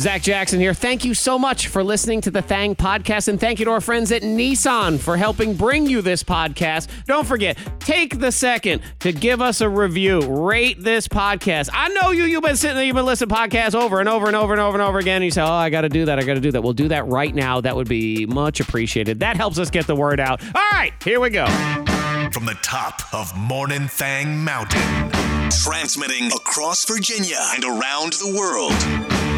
Zach Jackson here. Thank you so much for listening to the Thang podcast. And thank you to our friends at Nissan for helping bring you this podcast. Don't forget, take the second to give us a review. Rate this podcast. I know you, you've been sitting there, you've been listening to podcasts over and over and over and over and over again. And you say, oh, I got to do that. I got to do that. We'll do that right now. That would be much appreciated. That helps us get the word out. All right, here we go. From the top of Morning Thang Mountain, transmitting across Virginia and around the world.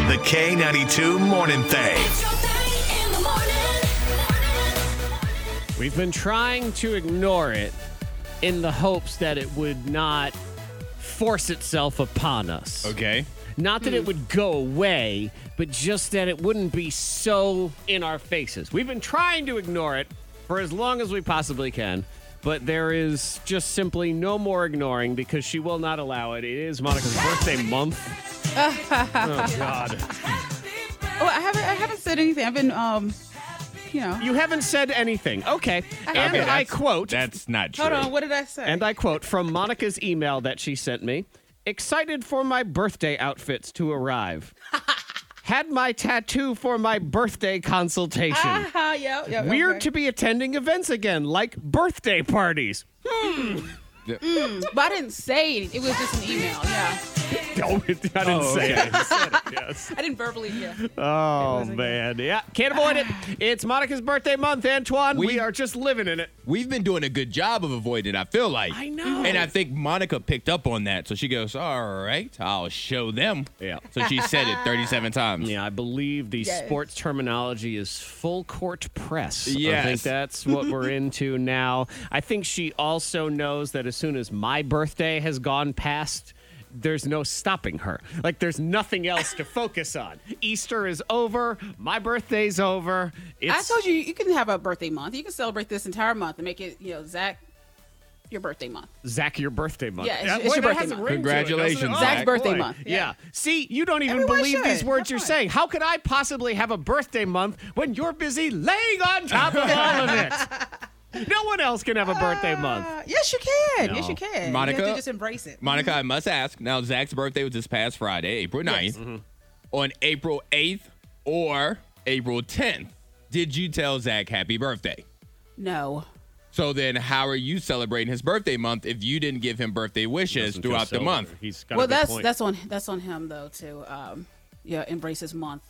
The K92 Morning Thang. It's your thing in the morning. We've been trying to ignore it in the hopes that it would not force itself upon us. Okay. Not that it would go away, but just that it wouldn't be so in our faces. We've been trying to ignore it for as long as we possibly can, but there is just simply no more ignoring because she will not allow it. It is Monica's birthday month. oh, God. Oh, I haven't. I haven't said anything. I've been, um, you know. You haven't said anything. Okay. And Okay, I that's- quote. That's not true. Hold on. What did I say? And I quote from Monica's email that she sent me Excited for my birthday outfits to arrive. Had my tattoo for my birthday consultation. Ah, yeah, yeah, Weird okay. to be attending events again, like birthday parties. But I didn't say it. It was just an email. Yeah. No, I didn't say it. I didn't verbally. Yeah. Oh, man. Yeah, can't avoid it. It's Monica's birthday month, Antoine. We, We- are just living in it. We've been doing a good job of avoiding it, I feel like. I know. And I think Monica picked up on that. So she goes, All right, I'll show them. Yeah. So she said it 37 times. Yeah, I believe the Yes. sports terminology is full court press. I think Yes. that's what we're into now. I think she also knows that as soon as my birthday has gone past, there's no stopping her. Like there's nothing else to focus on. Easter is over, my birthday's over. It's I told you you can have a birthday month. You can celebrate this entire month and make it, you know, Zach, your birthday month. Zach your birthday month. Yeah, it's- That- it's your that birthday has a month. ring to it, doesn't it? Congratulations, Oh, Zach's boy. birthday month. Yeah. Yeah. See, you don't even Everyone believe should. these words Have you're fun. saying. How could I possibly have a birthday month when you're busy laying on top of all of it? No one else can have a birthday month. Uh, yes, you can. No. Yes, you can. You have Monica? to just embrace it. Monica, I must ask. Now, Zach's birthday was this past Friday, April 9th. On April 8th or April 10th, did you tell Zach happy birthday? No. So then, how are you celebrating his birthday month if you didn't give him birthday wishes throughout the month? He's got well, that's that's on that's on him though to, um, yeah, embrace his month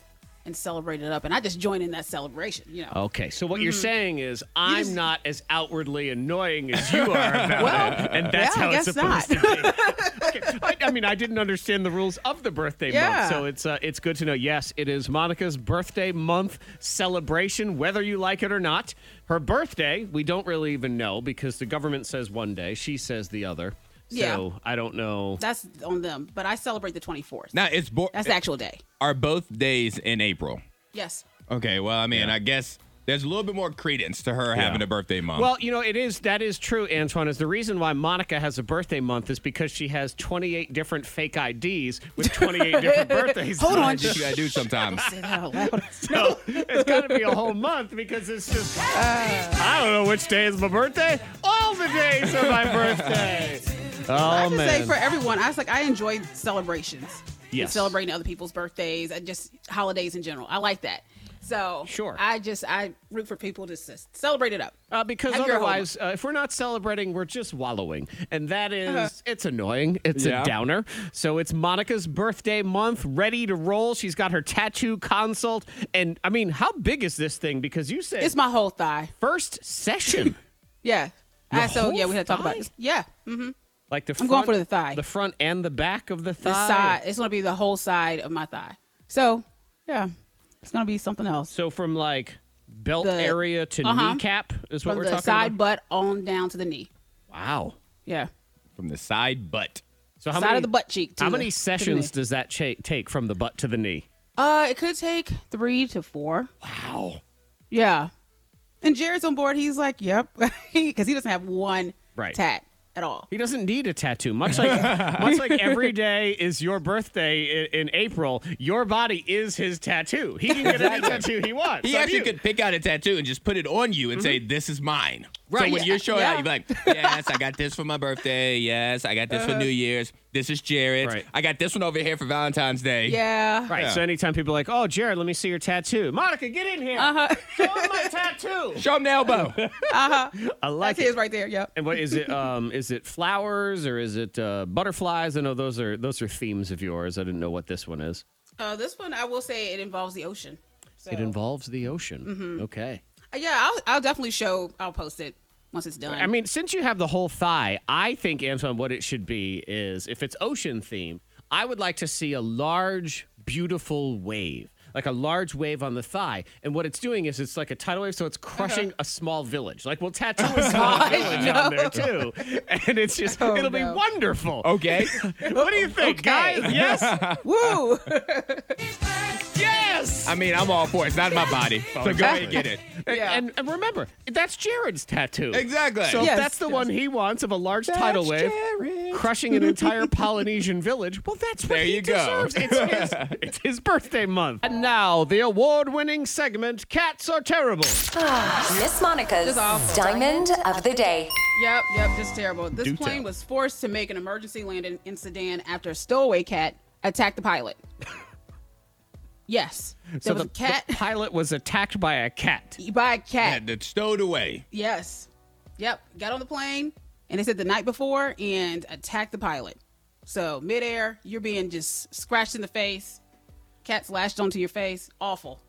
and celebrate it up. And I just join in that celebration. You know. Okay, so what you're saying is I'm Mm-hmm. just- not as outwardly annoying as you are about Well, it, and that's yeah, how I it's guess supposed to be. Okay. I, I mean, I didn't understand the rules of the birthday Yeah. month, so it's uh, it's good to know. Yes, it is Monica's birthday month celebration, whether you like it or not. Her birthday, we don't really even know because the government says one day, she says the other. So Yeah. I don't know. That's on them. But I celebrate the 24th. Now, it's bo- That's the eh, actual day. are both days in April. Yes. Okay, well, I mean, I guess there's a little bit more credence to her having a birthday month. Well, you know, it is that is true, Antoine. Is the reason why Monica has a birthday month is because she has 28 different fake IDs with 28 different birthdays. Hold on. that's what you gotta do sometimes. Say that out loud. So it's got to be a whole month because it's just I don't know which day is my birthday. All the days are my birthday. I Oh have to say man. for everyone, I was like, I enjoy celebrations. and Yes. Celebrating other people's birthdays and just holidays in general. I like that. So Sure. I just I root for people to s- celebrate it up. Uh, because Have your whole otherwise, uh, if we're not celebrating, we're just wallowing. And that Uh-huh. is, it's annoying. It's Yeah. a downer. So it's Monica's birthday month, ready to roll. She's got her tattoo consult. And I mean, how big is this thing? Because you said It's my whole thigh. first session. Yeah. I, so whole yeah, we had to talk about thigh? this. Yeah. hmm like the I'm front, going for the thigh. The front and the back of the The thigh. side. It's gonna be the whole side of my thigh. So yeah, it's gonna be something else. So from like belt The- area to uh-huh. kneecap is what From we're the talking side about. butt on down to the knee. wow. Yeah. From the side butt. So how side many of the butt cheek. To How the- many to the sessions knee. does that cha- take from the butt to the knee? Uh, it could take three to four. Wow. Yeah. And Jared's on board. He's like, yep. Because he doesn't have one Right. tat at all. He doesn't need a tattoo. Much like much like every day is your birthday in, in April, your body is his tattoo. He can get any tattoo he wants. He on actually you. could pick out a tattoo and just put it on you and say, This is mine. so Mm-hmm. Right, when yeah, you're showing yeah. Uh-huh. out, you're like, yes, I got this for my birthday. Yes, I got this for New Year's. This is Jared. Right. I got this one over here for Valentine's Day. Yeah. Right. Yeah. So anytime people are like, "Oh, Jared, let me see your tattoo," Monica, get in here. Uh-huh. Show 'em my tattoo. Show him the elbow. I like That's it. his right there. Yep. And what is it? Um, is it flowers or is it uh, butterflies? I know those are those are themes of yours. I didn't know what this one is. Uh, this one, I will say, it involves the ocean. So, It involves the ocean. Okay. Uh, yeah, I'll, I'll definitely show. I'll post it once it's done. I mean, since you have the whole thigh, I think Antoine, what it should be is if it's ocean themed, I would like to see a large, beautiful wave, like a large wave on the thigh. And what it's doing is it's like a tidal wave, so it's Uh-huh. crushing a small village. Like we'll tattoo a small village on there too, and it's just it'll Oh, no. Oh, be wonderful. okay. What do you think, Okay. guys? Yes, Woo! uh, yes. I mean, I'm all for it. It's not my body. So go ahead and get it. Yeah. And, and remember, that's Jared's tattoo. Exactly. So if Yes, that's the yes. one he wants of a large tidal wave crushing an entire Polynesian village. Well, that's what There he you go. deserves. It's his, it's his birthday month. And now the award-winning segment, Cats Are Terrible. Miss Monica's Just awful. Diamond of the Day. Yep, yep, just terrible. This Do plane tell. was forced to make an emergency landing in Sudan after a stowaway cat attacked the pilot. yes, there was the, a cat the pilot was attacked by a cat. by a cat. Had it stowed away. Yes, yep, got on the plane and they said the night before and attacked the pilot. So midair, you're being just scratched in the face. Cats lashed onto your face. Awful.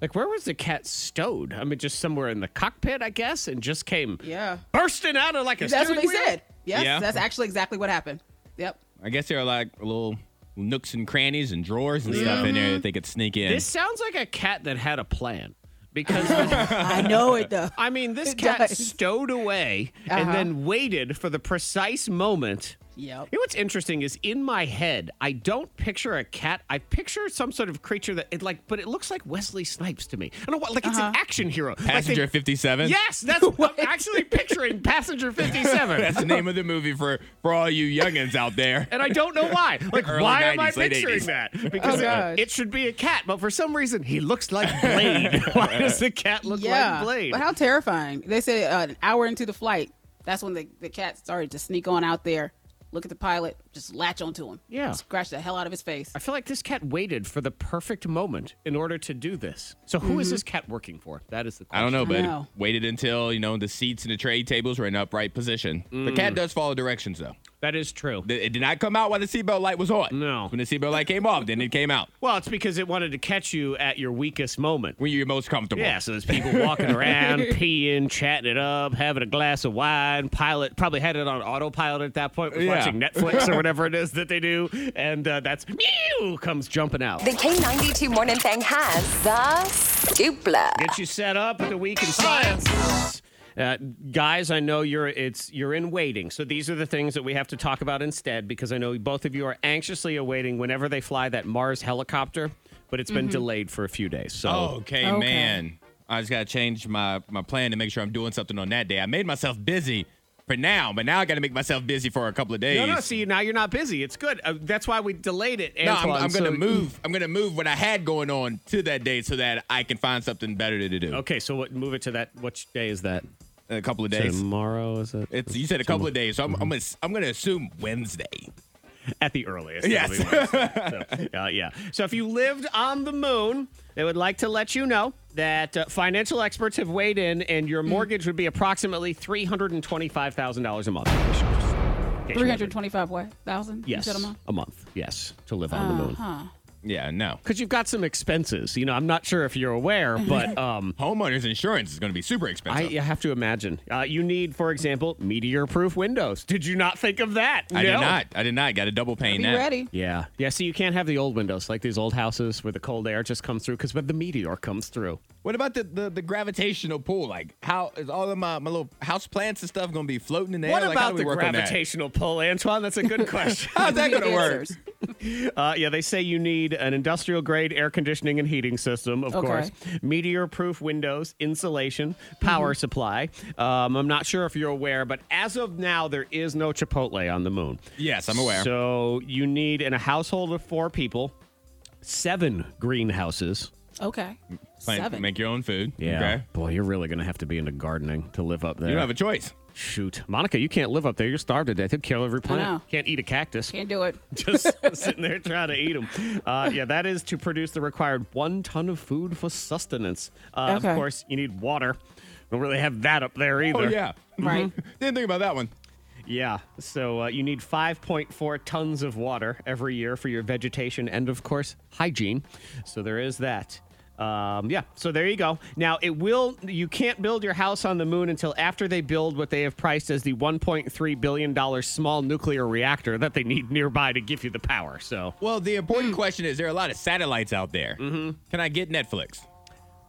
Like, where was the cat stowed? I mean, just somewhere in the cockpit, I guess, and just came Yeah, bursting out of like a that's what they steering wheel? said. Yes, Yeah. that's actually exactly what happened. Yep. I guess there are like little nooks and crannies and drawers and stuff in there that they could sneak in. This sounds like a cat that had a plan. Because I know it though. I mean, this It cat does. Uh-huh. stowed away and then waited for the precise moment. Yep. You know what's interesting is in my head, I don't picture a cat. I picture some sort of creature that it like, but it looks like Wesley Snipes to me. I don't know what, like it's Uh-huh. an action hero. Like they- Passenger 57. yes, that's what I'm actually picturing Passenger 57. That's the name of the movie for, for all you youngins out there. and I don't know why. Like, Early why am I 90s, late picturing 80s. that? Because it- Oh, gosh. it, should be a cat, but for some reason, he looks like Blade. why does the cat look like Blade? But how terrifying. They said uh, an hour into the flight, that's when the, the cat started to sneak on out there, look at the pilot, just latch onto him. Yeah. Scratch the hell out of his face. I feel like this cat waited for the perfect moment in order to do this. So who is this cat working for? That is the Mm-hmm. I question. don't know, but know. waited until, you know, the seats and the tray tables were in upright position. The Mm. cat does follow directions, though. That is true. Th- It did not come out while the seatbelt light was on. No. When the seatbelt light came off, then it came out. Well, it's because it wanted to catch you at your weakest moment. When you're most comfortable. Yeah, so there's people walking around, peeing, chatting it up, having a glass of wine. Pilot probably had it on autopilot at that point, was Yeah. watching Netflix or whatever it is that they do, and uh, that's meow comes jumping out. The K92 Morning Thing has the dupla. Get you set up with the week in science. Uh, guys, I know you're it's you're in waiting. So these are the things that we have to talk about instead because I know both of you are anxiously awaiting whenever they fly that Mars helicopter, but it's Mm-hmm. been delayed for a few days. So Okay, man. I just gotta change my my plan to make sure I'm doing something on that day. I made myself busy for now, but now I gotta make myself busy for a couple of days. no, no. See, now you're not busy. It's good. Uh, that's why we delayed it. No, I'm, Antoine, I'm so- gonna move. I'm gonna move what I had going on to that day so that I can find something better to do. Okay, so what? Move it to that. Which day is that? A couple of days. Tomorrow is it? It's you said a couple of days, so I'm Mm-hmm. I'm gonna, I'm gonna assume Wednesday. At the earliest. Yes. That'll be Wednesday. so, uh, yeah. So if you lived on the moon, they would like to let you know that uh, financial experts have weighed in and Mm. your mortgage would be approximately $325,000 a month. In case you just- in case you wondered. 325 what? Thousand? You Yes. said a month? Uh-huh. A month. Yes. To live on the moon. Yeah, no. Because you've got some expenses. You know, I'm not sure if you're aware, but um, Homeowners insurance is gonna be super expensive. I, I have to imagine. Uh, you need, for example, meteor proof windows. Did you not think of that? I No. did not. I did not. Got a double pain Be now. ready. Yeah. Yeah. See, you can't have the old windows like these old houses where the cold air just comes through because when the meteor comes through. What about the, the, the gravitational pull? Like, how is all of my, my little house plants and stuff going to be floating in the What air? Like, how about do we the work on that? gravitational pull, Antoine? That's a good question. How's that We need going to work? answers. uh, yeah, they say you need an industrial grade air conditioning and heating system, of Okay. course, meteor proof windows, insulation, power supply. Um, I'm not sure if you're aware, but as of now, there is no Chipotle on the moon. Yes, I'm aware. So you need in a household of four people, seven greenhouses. Okay. Plant- Seven. Make your own food. Yeah. Okay. Boy, you're really going to have to be into gardening to live up there. You don't have a choice. Shoot. Monica, you can't live up there. You're starved to death. You'll kill every know. plant. Can't eat a cactus. Can't do it. Just sitting there trying to eat them. Uh, yeah, that is to produce the required one ton of food for sustenance. Uh, Of Okay. course, you need water. Don't really have that up there either. Oh yeah. Right. Didn't think about that one. Yeah. So uh, you need 5.4 tons of water every year for your vegetation and, of course, hygiene. So there is that. Um, yeah. So there you go. Now, it will, you can't build your house on the moon until after they build what they have priced as the $1.3 billion small nuclear reactor that they need nearby to give you the power. So Well, the Hmm. important question is there are a lot of satellites out there. Mm-hmm. Can I get Netflix?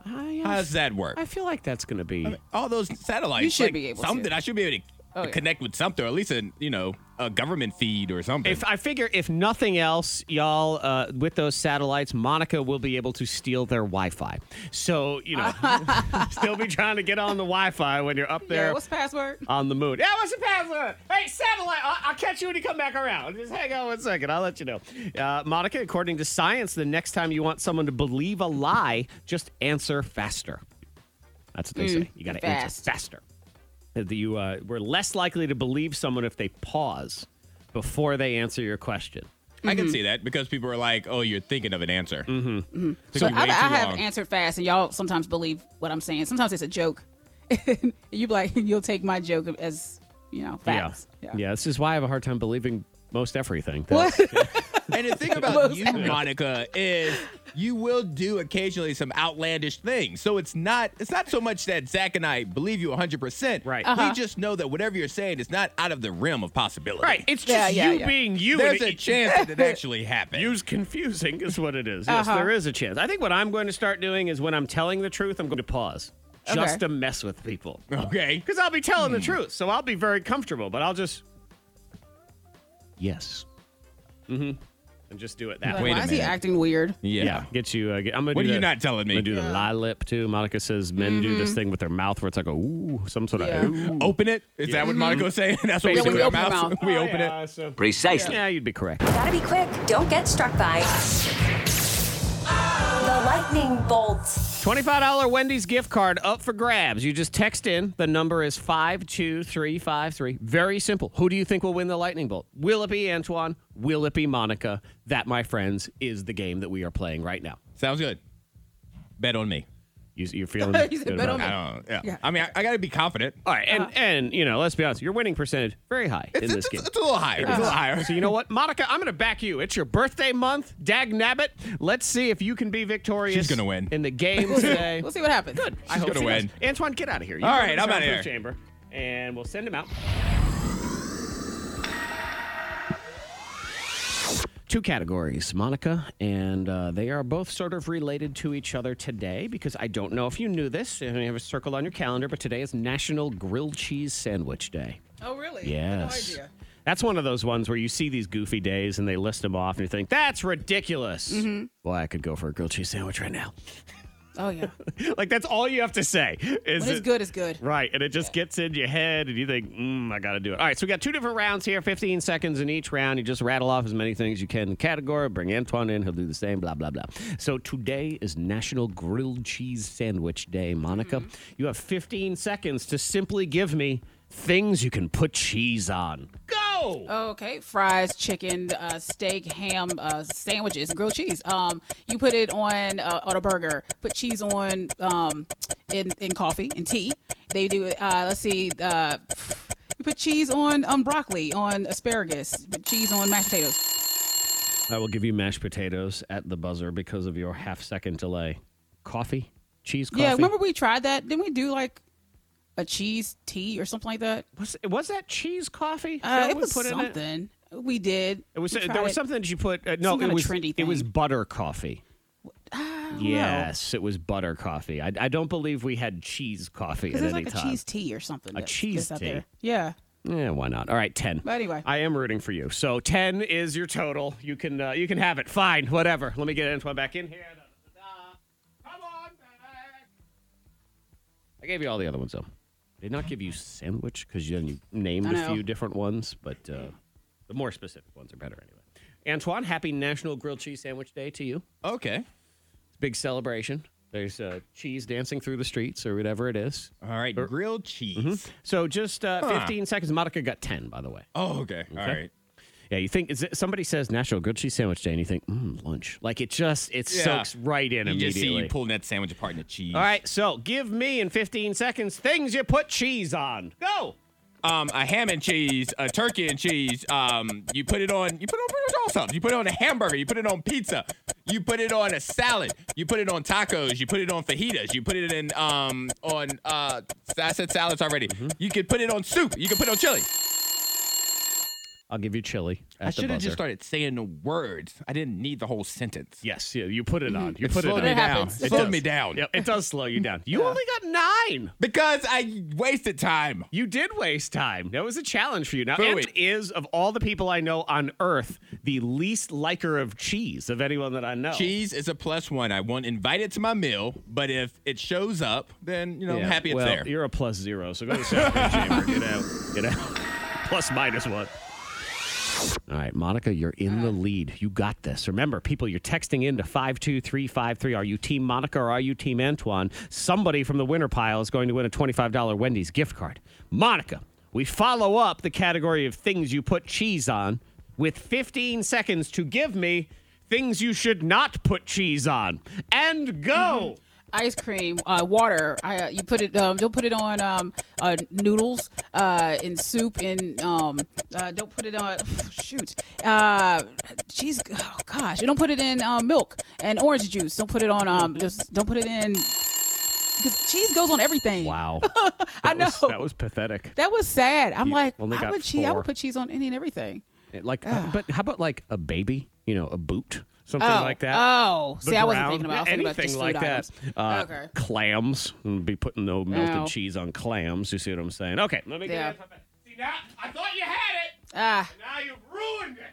How does that work? uh, I feel like that's going to be. All those satellites. You should like, be able to. something. I should be able to Oh, yeah. connect with something, or at least a you know a government feed or something. If I figure, if nothing else, y'all, uh, with those satellites, Monica will be able to steal their Wi-Fi. So you know, still be trying to get on the Wi-Fi when you're up there Yeah, what's the password? on the moon. Yeah, what's the password? Hey, satellite, I'll, I'll catch you when you come back around. Just hang on one second. I'll let you know. Uh, Monica, according to science, the next time you want someone to believe a lie, just answer faster. That's what they say. You got to answer Hmm, fast. faster. That You uh, we're less likely to believe someone if they pause before they answer your question. I Mm-hmm. can see that because people are like, "Oh, you're thinking of an answer." Mm-hmm. Took So you I, I way too have long. answered fast, and y'all sometimes believe what I'm saying. Sometimes it's a joke. you be like, you'll take my joke as you know facts. Yeah. yeah, This is why I have a hard time believing most everything. And the thing about you, Monica, is you will do occasionally some outlandish things. So it's not it's not so much that Zach and I believe you 100%. Right. We Uh-huh. just know that whatever you're saying is not out of the realm of possibility. Right. It's just Yeah, yeah, you yeah. being you. There's and a it- chance that it actually happened. Use confusing is what it is. Yes, Uh-huh. there is a chance. I think what I'm going to start doing is when I'm telling the truth, I'm going to pause just Okay. Hmm. to mess with people. okay. Because I'll be telling the truth, so I'll be very comfortable, but I'll just. Yes. Mm hmm. And just do it that Like, way. Wait why a is he minute. acting weird? Yeah. Get you. Uh, get, I'm gonna What do are you the- not telling me? I'm gonna do the lie lip too. Monica says men do this thing with their mouth where it's like a ooh, some sort Mm-hmm. Yeah. of ooh. Open it? Is that what Monica was saying? That's what we Yeah, do when with you our open your mouths. mouth. we open it. Yeah. you'd be correct. Gotta be quick. Don't get struck by the lightning bolt. $25 Wendy's gift card up for grabs. You just text in. The number is 52353. Very simple. Who do you think will win the lightning bolt? Will it be Antoine? Will it be Monica? That, my friends, is the game that we are playing right now. Sounds good. Bet on me. You, you're feeling He said, good "Bet about on it? me." I don't know. Yeah. I mean, I, I got to be confident. All right. And, and, you know, let's be honest, your winning percentage very high in Ah. It's, this it's, game. it's a little higher. It's a little higher. So you know what, Monica? I'm going to back you. It's your birthday month, Dag Nabbit. Let's see if you can be victorious. She's gonna win. in the game today. We'll see what happens. Good. I hope gonna she win. does. Antoine, get out of here. You All go right, to the I'm outta soundproof here. Chamber, and we'll send him out. Two categories, Monica, and uh, they are both sort of related to each other today because I don't know if you knew this and you have a circle on your calendar, but today is National Grilled Cheese Sandwich Day. Oh really? Yes. That's one of those ones where you see these goofy days and they list them off and you think, that's ridiculous. Boy, I could go for a grilled cheese sandwich right now. Oh yeah. like, that's all you have to say. Is When it's it- good, it's good. Right, and it just gets in your head, and you think, mm, I got to do it. All right, so we got two different rounds here, 15 seconds in each round. You just rattle off as many things you can in the category, bring Antoine in, he'll do the same, blah, blah, blah. So today is National Grilled Cheese Sandwich Day, Monica. You have 15 seconds to simply give me things you can put cheese on. Go! Okay, fries, chicken, uh, steak, ham, uh, sandwiches, grilled cheese. Um, you put it on uh, on a burger. Put cheese on um, in in coffee and tea. They do. Uh, let's see. Uh, you put cheese on um, broccoli, on asparagus, put cheese on mashed potatoes. I will give you mashed potatoes at the buzzer because of your half second delay. Coffee? Cheese coffee? Yeah, remember we tried that? Didn't we do like a cheese tea or something like that? was, was that cheese coffee? Uh, Shall it we was put in it? something we did. It was We there tried was it. something that you put. Uh, no, Some it kinda was trendy it was thing. Oh, butter coffee. Yes, it was butter coffee. I, I don't believe we had cheese coffee at Because it's any like a time. cheese tea or something. that's- that's cheese out tea. there. Yeah. Yeah, Eh, why not? All right, ten. But anyway. I am rooting for you. So ten is your total. You can uh, you can have it. Fine, whatever. Let me get Antoine back in here. Da-da-da-da. Come on back. I gave you all the other ones though. Did not give you sandwich because then you named I a know. few different ones, but uh, the more specific ones are better anyway. Antoine, happy National Grilled Cheese Sandwich Day to you. Okay. big celebration. There's uh, cheese dancing through the streets or whatever it is. All right, Er, grilled cheese. So just uh, 15 seconds. Monica got 10, by the way. Oh, okay. All right. Yeah, you think is it, somebody says National Grilled Cheese Sandwich Day, and you think mm, lunch. Like it just it Yeah. soaks right in You immediately. just see you pulling that sandwich apart in the cheese. All right, so give me in 15 seconds things you put cheese on. Go. Um, a ham and cheese, a turkey and cheese. Um, you put it on. You put it on pretty much all stuff. You put it on a hamburger. You put it on pizza. You put it on a salad. You put it on tacos. You put it on fajitas. You put it in um on uh. I said salads already. Mm-hmm. You could put it on soup. You could put it on chili. I'll give you chili. At I the should have buzzer. just started saying the words. I didn't need the whole sentence. Yes, yeah, you put it on. You It put it slowed on. me It down. happens. does. It slowed me down. Yep, it does slow you down. You only got nine. Because I wasted time. You did waste time. That was a challenge for you. Now, Boo Ant it. is, of all the people I know on earth, the least liker of cheese of anyone that I know. Cheese is a plus one. I won't invite it to my meal, but if it shows up, then you know Yeah, I'm happy it's well, there. You're a plus zero, so go to Saturday Chamber. Get out. Get out. plus minus one. All right, Monica, you're in the lead. You got this. Remember, people, you're texting in to 52353. Are you Team Monica or are you Team Antoine? Somebody from the winner pile is going to win a $25 Wendy's gift card. Monica, we follow up the category of things you put cheese on with 15 seconds to give me things you should not put cheese on. And go! ice cream, uh, water. I, uh, you put it. Um, don't put it on um, uh, noodles uh, in soup and um, uh, don't put it on. Shoot, uh, geez, oh gosh, don't put it in um, milk and orange juice. Don't put it on. Um, just don't put it in. Because cheese goes on everything. Wow. I That know. was- that was pathetic. That was sad. I'm like, only I got would cheese. I four. would put cheese on any and everything. Like, uh, but how about like a baby? You know, a boot, something Oh, like that. oh. The See, I wasn't ground, thinking about- I was thinking about anything just like food that. Uh, items. Okay. Clams. Wouldn't Be putting no melted No. cheese on clams. You see what I'm saying? Okay, let me. Yeah. Get it. See now, I thought you had it. Ah, Now you've ruined it.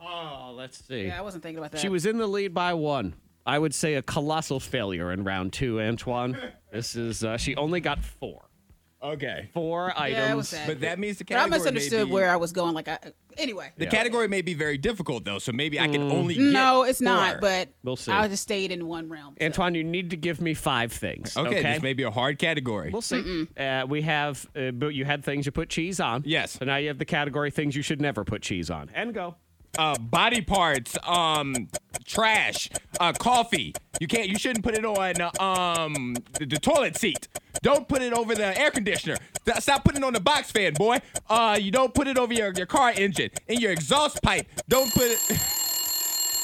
Oh, let's see. yeah, I wasn't thinking about that. She was in the lead by one. I would say a colossal failure in round two, Antoine. this is uh, she only got four. Okay. Four items. Yeah, it was sad. But that means the But I category. may misunderstood be, where I was going. Like, I, anyway. The category may be very difficult though, so maybe I can only. Get Mm. No, it's four. not. But We'll see. I just stayed in one realm. so. Antoine, you need to give me five things. okay, Okay, this may be a hard category. We'll see. Uh, we have, uh, but you had things you put cheese on. Yes. So now you have the category things you should never put cheese on. And go. Uh, body parts, um, trash, uh, coffee. You can't. You shouldn't put it on uh, um the, the toilet seat. Don't put it over the air conditioner. Th- Stop putting it on the box fan, boy. Uh, you don't put it over your, your car engine and your exhaust pipe. Don't put it.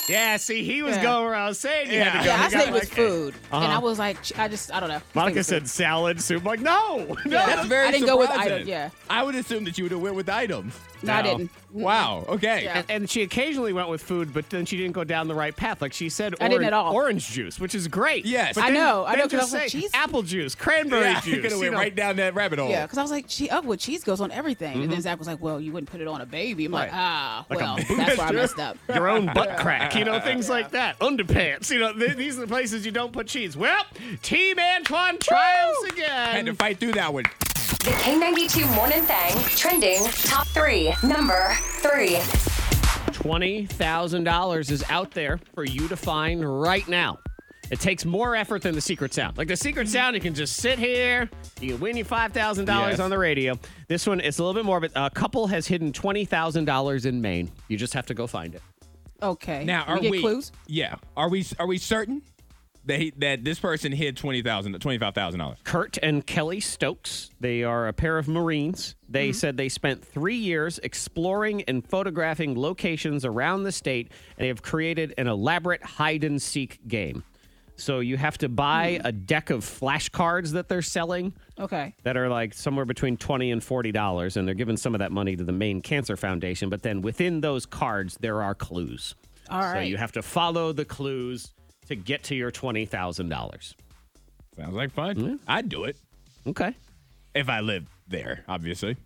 Yeah, see, he was Yeah. going where I was saying you had to go. Yeah, I He got stayed with like- Uh-huh. food, and I was like, ch- I just, I don't know. I just Monica stayed said salad soup. I'm like, no, no. Yeah. That's very I didn't go with surprising. item, yeah. I would assume that you would have went with with items. food. no, I No. didn't. Wow. Okay. Yeah. And she occasionally went with food, but then she didn't go down the right path. Like she said, I didn't oran- at all. orange juice, which is great. Yes. But I then- know, I then know, 'cause I just was like, say cheese- apple juice, cranberry Yeah, juice. you could have you went know. right down that rabbit hole. Yeah, because I was like, gee, oh, well, cheese goes on everything. And then Zach was like, well, you wouldn't put it on a baby. I'm like, Mm-hmm. Right. ah, Like a well, that's where I booster. messed up. your own butt crack, you know, things like that. Underpants, you know, th- these are the places you don't put cheese. Well, Team Antoine triumphs I had to again. fight through that one. The K92 Morning Thang trending top three. Number three. $20,000 is out there for you to find right now. It takes more effort than the secret sound. Like the secret sound, you can just sit here, you can win your $5,000 Yes. on the radio. This one, it's a little bit more, but a couple has hidden $20,000 in Maine. You just have to go find it. Okay. Now, are we get we? clues? Yeah. Are we? Are we certain that he, that this person hid twenty thousand, twenty five thousand dollars? Kurt and Kelly Stokes. They are a pair of Marines. They Mm-hmm. said they spent three years exploring and photographing locations around the state, and they have created an elaborate hide and seek game. So you have to buy Hmm. a deck of flashcards that they're selling Okay. that are like somewhere between 20 and 40 dollars and they're giving some of that money to the Maine Cancer Foundation but then within those cards there are clues. All So right. you have to follow the clues to get to your $20,000. Sounds like fun. I'd do it Okay. if I lived there, obviously.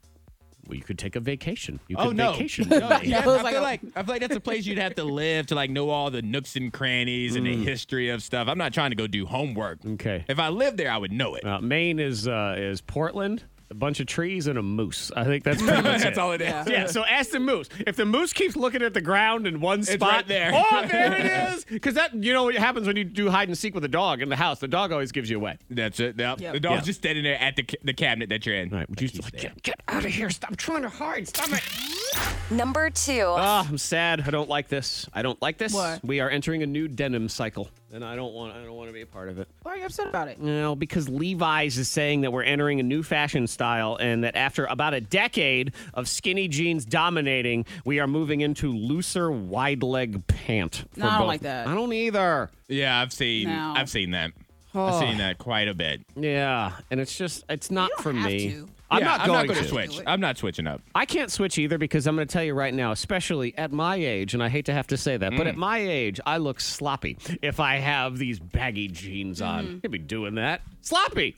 Well, you could take a vacation. You could Oh no! vacation. No, Maine. yeah, That was I like a- feel like I feel like that's a place you'd have to live to like know all the nooks and crannies and the history of stuff. I'm not trying to go do homework. Mm. Okay. If I lived there, I would know it. Uh, Maine uh, is uh, is Portland, a bunch of trees and a moose. I think that's pretty much it. That's all it is. Yeah. Yeah, so ask the moose. If the moose keeps looking at the ground in one spot, right there. oh, there it is. Because that, you know, what happens when you do hide and seek with a dog in the house. The dog always gives you away. That's it. Yep. Yep. The dog's Yeah. just standing there at the, ca- the cabinet that you're in. All right, would you like, get, get out of here? Stop trying to hide. Stop it. Number two. Oh. Ah, I'm sad. I don't like this. I don't like this. What? We are entering a new denim cycle, and I don't want. I don't want to be a part of it. Why are you upset about it? You know, because Levi's is saying that we're entering a new fashion style, and that after about a decade of skinny jeans dominating, we are moving into looser, wide leg pant. for No, I don't both. like that. I don't either. Yeah, I've seen. No. I've seen that. I've seen that quite a bit. Yeah, and it's just it's not don't for have me. to. I'm Yeah, not I'm going not gonna to. switch. I'm not switching up. I can't switch either because I'm going to tell you right now, especially at my age, and I hate to have to say that, but at my age, I look sloppy if I have these baggy jeans Mm. on. You'd be doing that. Sloppy.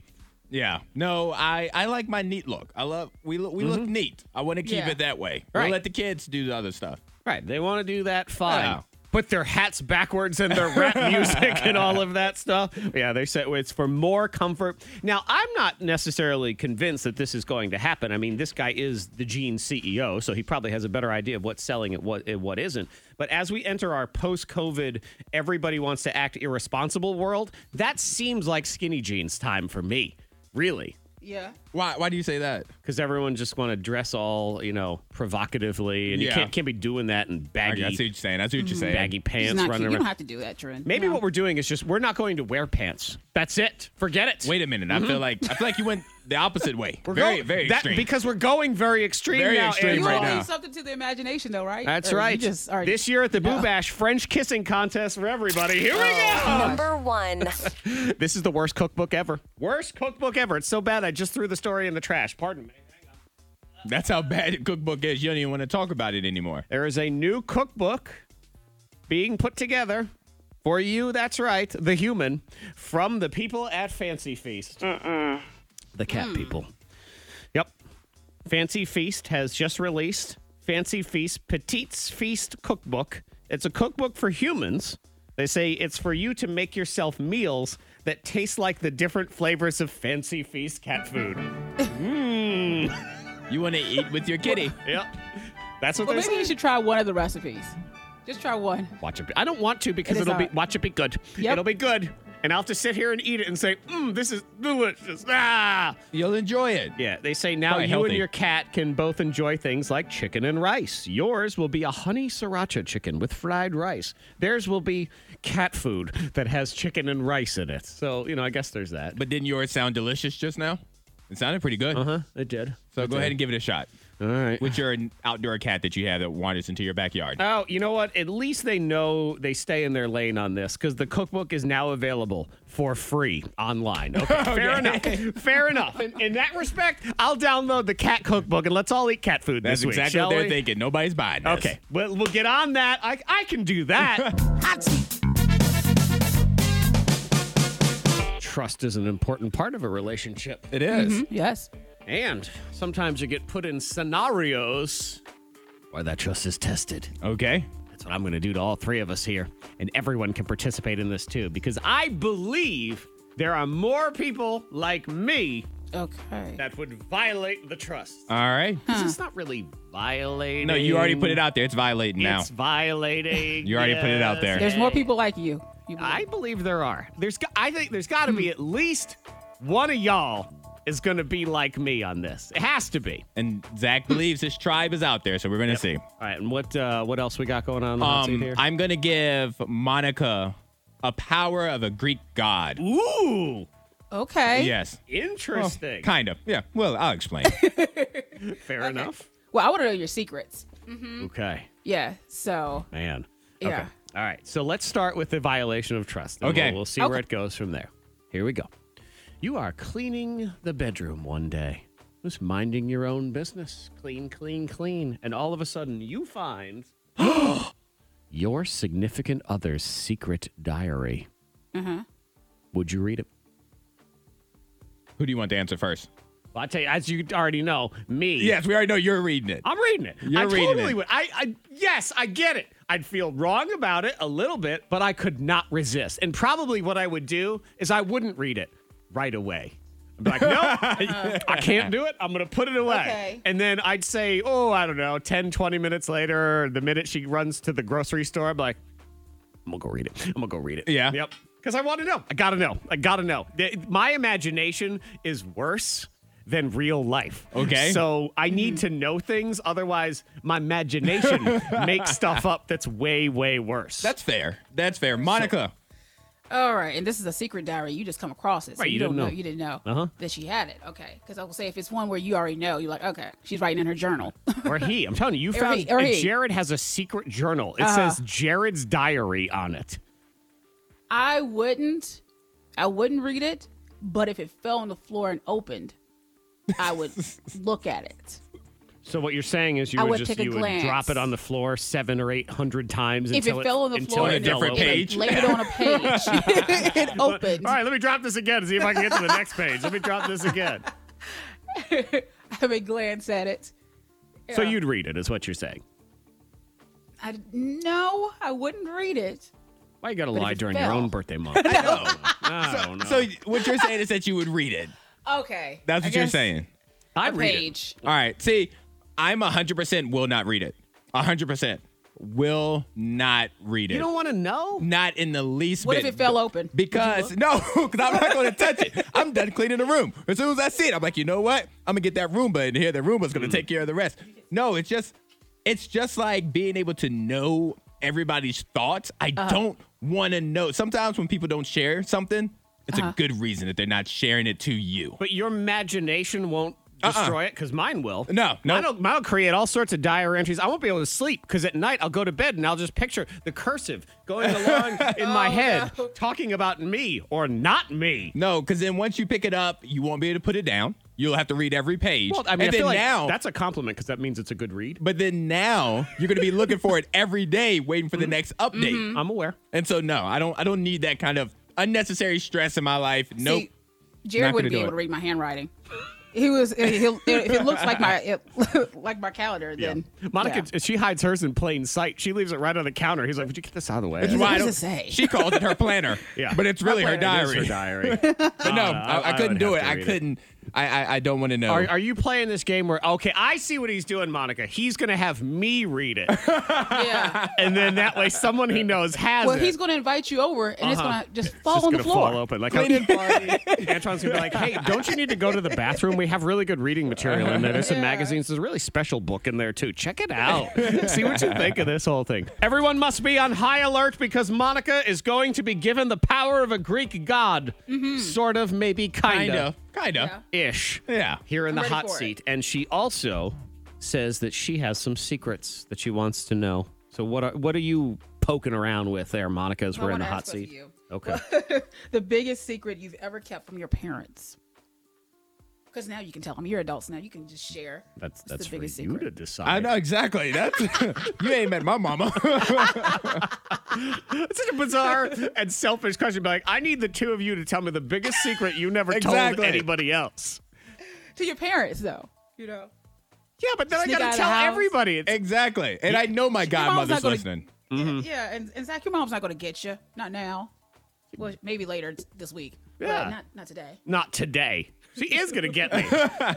Yeah. No, I I like my neat look. I love we look we look neat. I want to keep Yeah. it that way. Mm-hmm. Right. We'll let the kids do the other stuff. Right. They want to do that. Fine. Yeah. Put their hats backwards and their rap music and all of that stuff. Yeah, they said it's for more comfort. Now, I'm not necessarily convinced that this is going to happen. I mean, this guy is the Gene CEO, so he probably has a better idea of what's selling and what and what isn't. But as we enter our post-COVID, everybody wants to act irresponsible world. That seems like skinny jeans time for me, really, Yeah. Why why do you say that? because everyone just want to dress all you know provocatively, and you Yeah. can't can't be doing that in I, I baggy Mm-hmm. see what you're saying. I see what you're saying. baggy It's pants not running cute. You around. don't have to do that, Trent. Maybe No. what we're doing is just we're not going to wear pants. That's it. Forget it. Wait a minute. I feel like I feel like you went the opposite way. Mm-hmm. we're very going, very that, extreme. because we're going very extreme Very now. extreme Andrew. you right all now. leave something to the imagination, though, right? That's Or right. You just are this year at the Boo Bash French kissing contest for everybody. Here we Oh. go. Number one. This is the worst cookbook ever. Worst cookbook ever. It's so bad I just threw the story in the trash. Pardon me. That's how bad your cookbook is. You don't even want to talk about it anymore. There is a new cookbook being put together for you. That's right, the human from the people at Fancy Feast. The cat Hmm. people. Yep. Fancy Feast has just released Fancy Feast Petite's Feast Cookbook. It's a cookbook for humans. They say it's for you to make yourself meals that taste like the different flavors of Fancy Feast cat food. You want to eat with your kitty. Yep. That's what Well, they're maybe you saying. should try one of the recipes. Just try one. Watch it. Be, I don't want to because It is it will be alright. watch it be good. Yep. It'll be good, and I'll have to sit here and eat it and say, "Mmm, this is delicious." Ah. You'll enjoy it. Yeah. They say now Probably you and healthy. your cat can both enjoy things like chicken and rice. Yours will be a honey sriracha chicken with fried rice. Theirs will be cat food that has chicken and rice in it. So you know, I guess there's that. But didn't yours sound delicious just now? It sounded pretty good. huh? uh, It did. So go ahead and give it a shot All right. with your outdoor cat that you have that wanders into your backyard. Oh, you know what? At least they know they stay in their lane on this because the cookbook is now available for free online. Okay, fair enough. Fair enough. In, in that respect, I'll download the cat cookbook and let's all eat cat food That's this week. exactly shall what they're we? thinking. Nobody's buying this. Okay, well, we'll get on that. I, I can do that. Trust is an important part of a relationship. It is. Yes. And sometimes you get put in scenarios where that trust is tested. Okay. That's what I'm going to do to all three of us here. And everyone can participate in this too, because I believe there are more people like me Okay. that would violate the trust. All right. Because It's not really violating. No, you already put it out there. It's violating now. It's violating. You already put it out yes. there. There's more people like you. you I believe. believe there are. There's, go- I think there's got to be at least one of y'all is going to be like me on this. It has to be. And Zach believes his tribe is out there, so we're gonna see. All right, and what uh, what else we got going on in the hot seat Um, here? I'm gonna give Monica a power of a Greek god. Ooh, okay. Yes. interesting. Oh, Kind of. Yeah. Well, I'll explain. Fair enough. Well, I want to know your secrets. Okay. Yeah. So, Man. Okay. Yeah. All right. So let's start with the violation of trust. and Okay. We'll, we'll see where Okay. it goes from there. Here we go. You are cleaning the bedroom one day, just minding your own business. Clean, clean, clean. And all of a sudden, you find your significant other's secret diary. Mm-hmm. Would you read it? Who do you want to answer first? Well, I tell you, as you already know, me. Yes, we already know you're reading it. I'm reading it. You're I reading totally it. would. I, I yes, I get it. I'd feel wrong about it a little bit, but I could not resist. And probably what I would do is I wouldn't read it right away. I'd be like, no, I can't do it. I'm going to put it away. Okay. And then I'd say, oh, I don't know, 10, 20 minutes later, the minute she runs to the grocery store, I'm like, I'm going to go read it. I'm going to go read it. Yeah. Yep. Because I want to know. I got to know. I got to know. Th- My imagination is worse than real life. Okay. So I Mm-hmm. need to know things. Otherwise, my imagination makes stuff up that's way, way worse. That's fair. That's fair. Monica. All right, and this is a secret diary. You just come across it, so Right, you, you don't didn't know. know. You didn't know Uh-huh. that she had it. Okay, because I will say if it's one where you already know, you're like, okay, she's writing in her journal. or he. I'm telling you, you Or found he, or he. Uh-huh. Jared has a secret journal. It says Jared's diary on it. I wouldn't, I wouldn't read it, but if it fell on the floor and opened, I would look at it. So what you're saying is you I would would just take a you would glance. drop it on the floor seven or eight hundred times If until it fell on the until floor, it and a different fell over. page. Laid it on a page. it opened. All right, let me drop this again. See if I can get to the next page. Let me drop this again. I would glance at it. So you'd read it, is what you're saying. I no, I wouldn't read it. Why you gotta if lie it during your fell? own birthday month? I know. I don't know. So what you're saying is that you would read it. Okay, That's I what you're guess saying. I A read it. page. All right. See, I'm 100% will not read it. 100% will not read it. You don't want to know. not in the least What bit. if it fell open? Would you Because look? no, because I'm not going to touch it. I'm done cleaning the room. As soon as I see it, I'm like, you know what? I'm gonna get that Roomba in here. The Roomba's gonna Mm. take care of the rest. No, it's just, it's just like being able to know everybody's thoughts. I Uh-huh. don't want to know. Sometimes when people don't share something, it's Uh-huh. a good reason that they're not sharing it to you. But your imagination won't destroy it because mine will. No, no. Mine will, mine will create all sorts of diary entries. I won't be able to sleep because at night I'll go to bed and I'll just picture the cursive going along in my head talking about me or not me. No, because then once you pick it up, you won't be able to put it down. You'll have to read every page. Well, I mean, and I then feel like now, that's a compliment because that means it's a good read. but then now you're gonna be looking for it every day, waiting for the Mm-hmm. next update. I'm aware. And so no, I don't I don't need that kind of unnecessary stress in my life. Nope. See, Jared Not gonna wouldn't be do able it. to read my handwriting. He was. He'll, if it looks like my it, like my calendar, then Monica, yeah. she hides hers in plain sight. She leaves it right on the counter. He's like, "Would you get this out of the way?" What Why does it don't- say? She calls it her planner. Yeah. But it's really her It is diary. her diary. But no, Uh, I, I would couldn't do have to it. I read couldn't I I, I don't want to know. Are, are you playing this game where okay, I see what he's doing, Monica. He's gonna have me read it, yeah. and then that way someone he knows has Well, it. Uh-huh. he's going to invite you over, and it's going to just fall It's on just the gonna floor. fall open. Like Cleaning party. Antoine's gonna be like, "Hey, don't you need to go to the bathroom? We have really good reading material in there. There's some magazines. There's a really special book in there too. Check it out. See what you think of this whole thing." Everyone must be on high alert because Monica is going to be given the power of a Greek god, Mm-hmm. sort of, maybe, kind kinda. of, Kinda. ish. Yeah. Here in I'm the ready hot for it. seat, and she also says that she has some secrets that she wants to know. So what are what are you poking around with there, Monica? As I we're in wanna the hot ask both of seat. you. Okay. The biggest secret you've ever kept from your parents. Because now you can tell them you're adults. Now you can just share. That's It's that's the for you biggest secret. to decide. I know exactly. That's you ain't met my mama. It's such a bizarre and selfish question. But like, I need the two of you to tell me the biggest secret you never Exactly. told anybody else. To your parents, though. You know. Yeah, but then I Sneak out gotta of tell the house. everybody. It's, exactly. And I know my Your mom's godmother's not gonna- listening. Mm-hmm. Yeah, and, and Zach, your mom's not going to get you. Not now. Well, maybe later t- this week. Yeah. But not, not today. not today. She is gonna get me.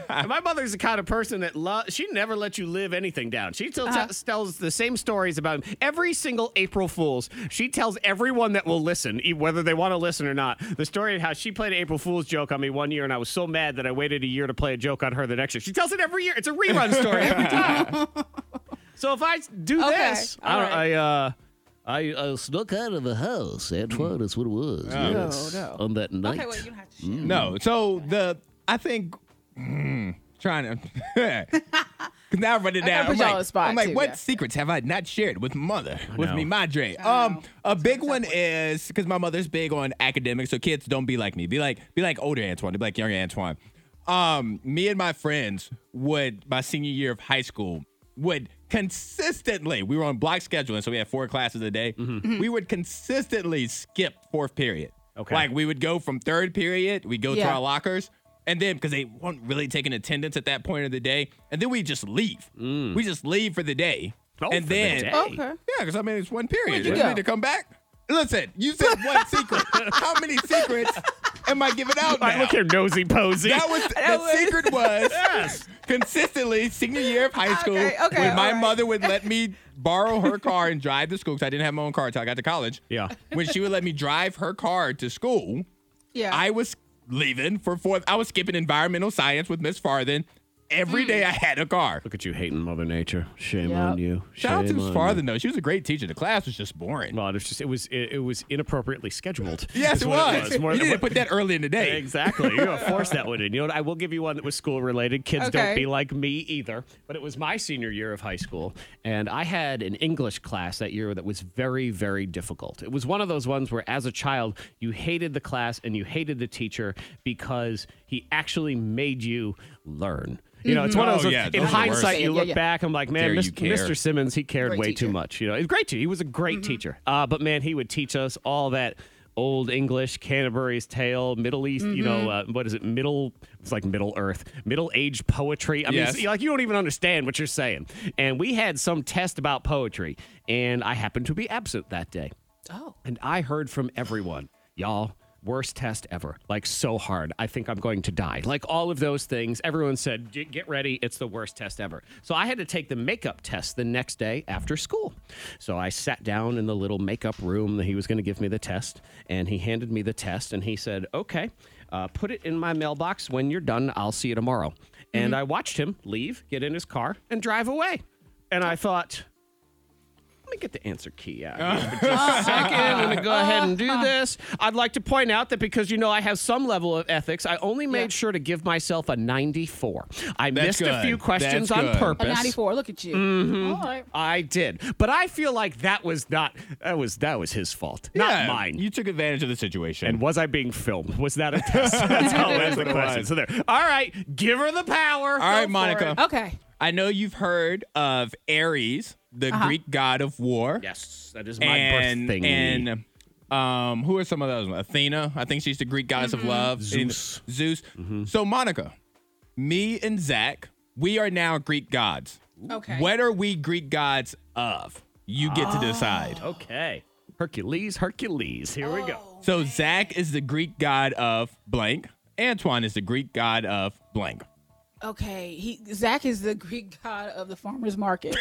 And my mother's the kind of person that loves. She never lets you live anything down. She still Uh-huh. te- tells the same stories about every single April Fools. She tells everyone that will listen, e- whether they want to listen or not, the story of how she played an April Fools joke on me one year, and I was so mad that I waited a year to play a joke on her the next year. She tells it every year. It's a rerun story every time. so if I do Okay, this, I, all don't- right. I uh. Hmm. I, I snuck out of the house. Antoine is what it was. Oh. yes. Oh, no. On that night. Okay, well, you don't have to share. Mm. No. So the I think mm, trying to because now I run it down. put I'm y'all like, on the spot, I'm like, too, what yeah. secrets have I not shared with mother, with know. me madre? Um, a big one is because my mother's big on academics, so kids don't be like me. Be like, be like older Antoine. Be like younger Antoine. Um, me and my friends would my senior year of high school would consistently we were on block scheduling, so we had four classes a day. Mm-hmm. We would consistently skip fourth period. Okay. Like we would go from third period, we go to Yeah. our lockers, and then because they weren't really taking attendance at that point of the day, and then we just leave. We just leave for the day, Mm. Oh, and for the then day. yeah, Okay. because I mean it's one period. you What, you go? need to come back. Listen, you said one secret. How many secrets am I giving out now? I look here, nosy posy. That was the secret was consistently senior year of high school Okay, okay, when my all right. mother would let me borrow her car and drive to school because I didn't have my own car until I got to college. Yeah. When she would let me drive her car to school, Yeah. I was leaving for fourth. I was skipping environmental science with Miss Farthen. Every day I had a car. Look at you hating Mother Nature. Shame Yep. on you. Shout out to Shame Miss on Farthen though. She was a great teacher. The class was just boring. you. Well, it was just it was it, it was inappropriately scheduled. yes, is it what was. More- you didn't put that early in the day. Exactly. You're gonna force that one in. You know what? I will give you one that was school related. Kids don't Okay. be like me either. But it was my senior year of high school, and I had an English class that year that was very, very difficult. It was one of those ones where, as a child, you hated the class and you hated the teacher because he actually made you learn. You know, it's one of Oh, those. yeah, in those are the worst. hindsight, you Yeah, yeah, look yeah. back. I'm like, man, Dare you Mr. care. Mr. Simmons, he cared Great way too teacher. much. You know, he's a great teacher. He was a great teacher. Uh, but man, he would teach us all that old English, Canterbury's Tale, Middle East. You know, uh, what is it? Middle. It's like Middle Earth, Middle Age poetry. I Yes. mean, it's like you don't even understand what you're saying. And we had some test about poetry, and I happened to be absent that day. oh. And I heard from everyone, y'all, worst test ever. Like, so hard. I think I'm going to die. Like, all of those things. Everyone said, "G- get ready. It's the worst test ever. So I had to take the makeup test the next day after school. So I sat down in the little makeup room that he was going to give me the test. And he handed me the test and he said, okay, uh, put it in my mailbox. When you're done, I'll see you tomorrow. And I watched him leave, get in his car, and drive away. And I thought, let me get the answer key out here for Oh. just a second. I'm going to go ahead and do this. I'd like to point out that because you know I have some level of ethics, I only made sure to give myself a 94. I missed a good. few questions That's on good. purpose. A 94. Look at you. Mm-hmm. All right. I did, but I feel like that was not that was that was his fault, Yeah, not mine. You took advantage of the situation. and was I being filmed? Was that a test? That's always the question. So there. All right, give her the power. All right, Monica. Okay. I know you've heard of Ares, the Greek god of war. Yes, that is my and, birth thing. And um, who are some of those? Athena. I think she's the Greek goddess of love. And Zeus. Mm-hmm. Zeus. So, Monica, me and Zach, we are now Greek gods. Okay. What are we Greek gods of? You get to decide. okay, Hercules, Hercules. Here we go. So, Zach is the Greek god of blank. Antoine is the Greek god of blank. Oh, Okay. He Zach is the Greek god of the farmers market.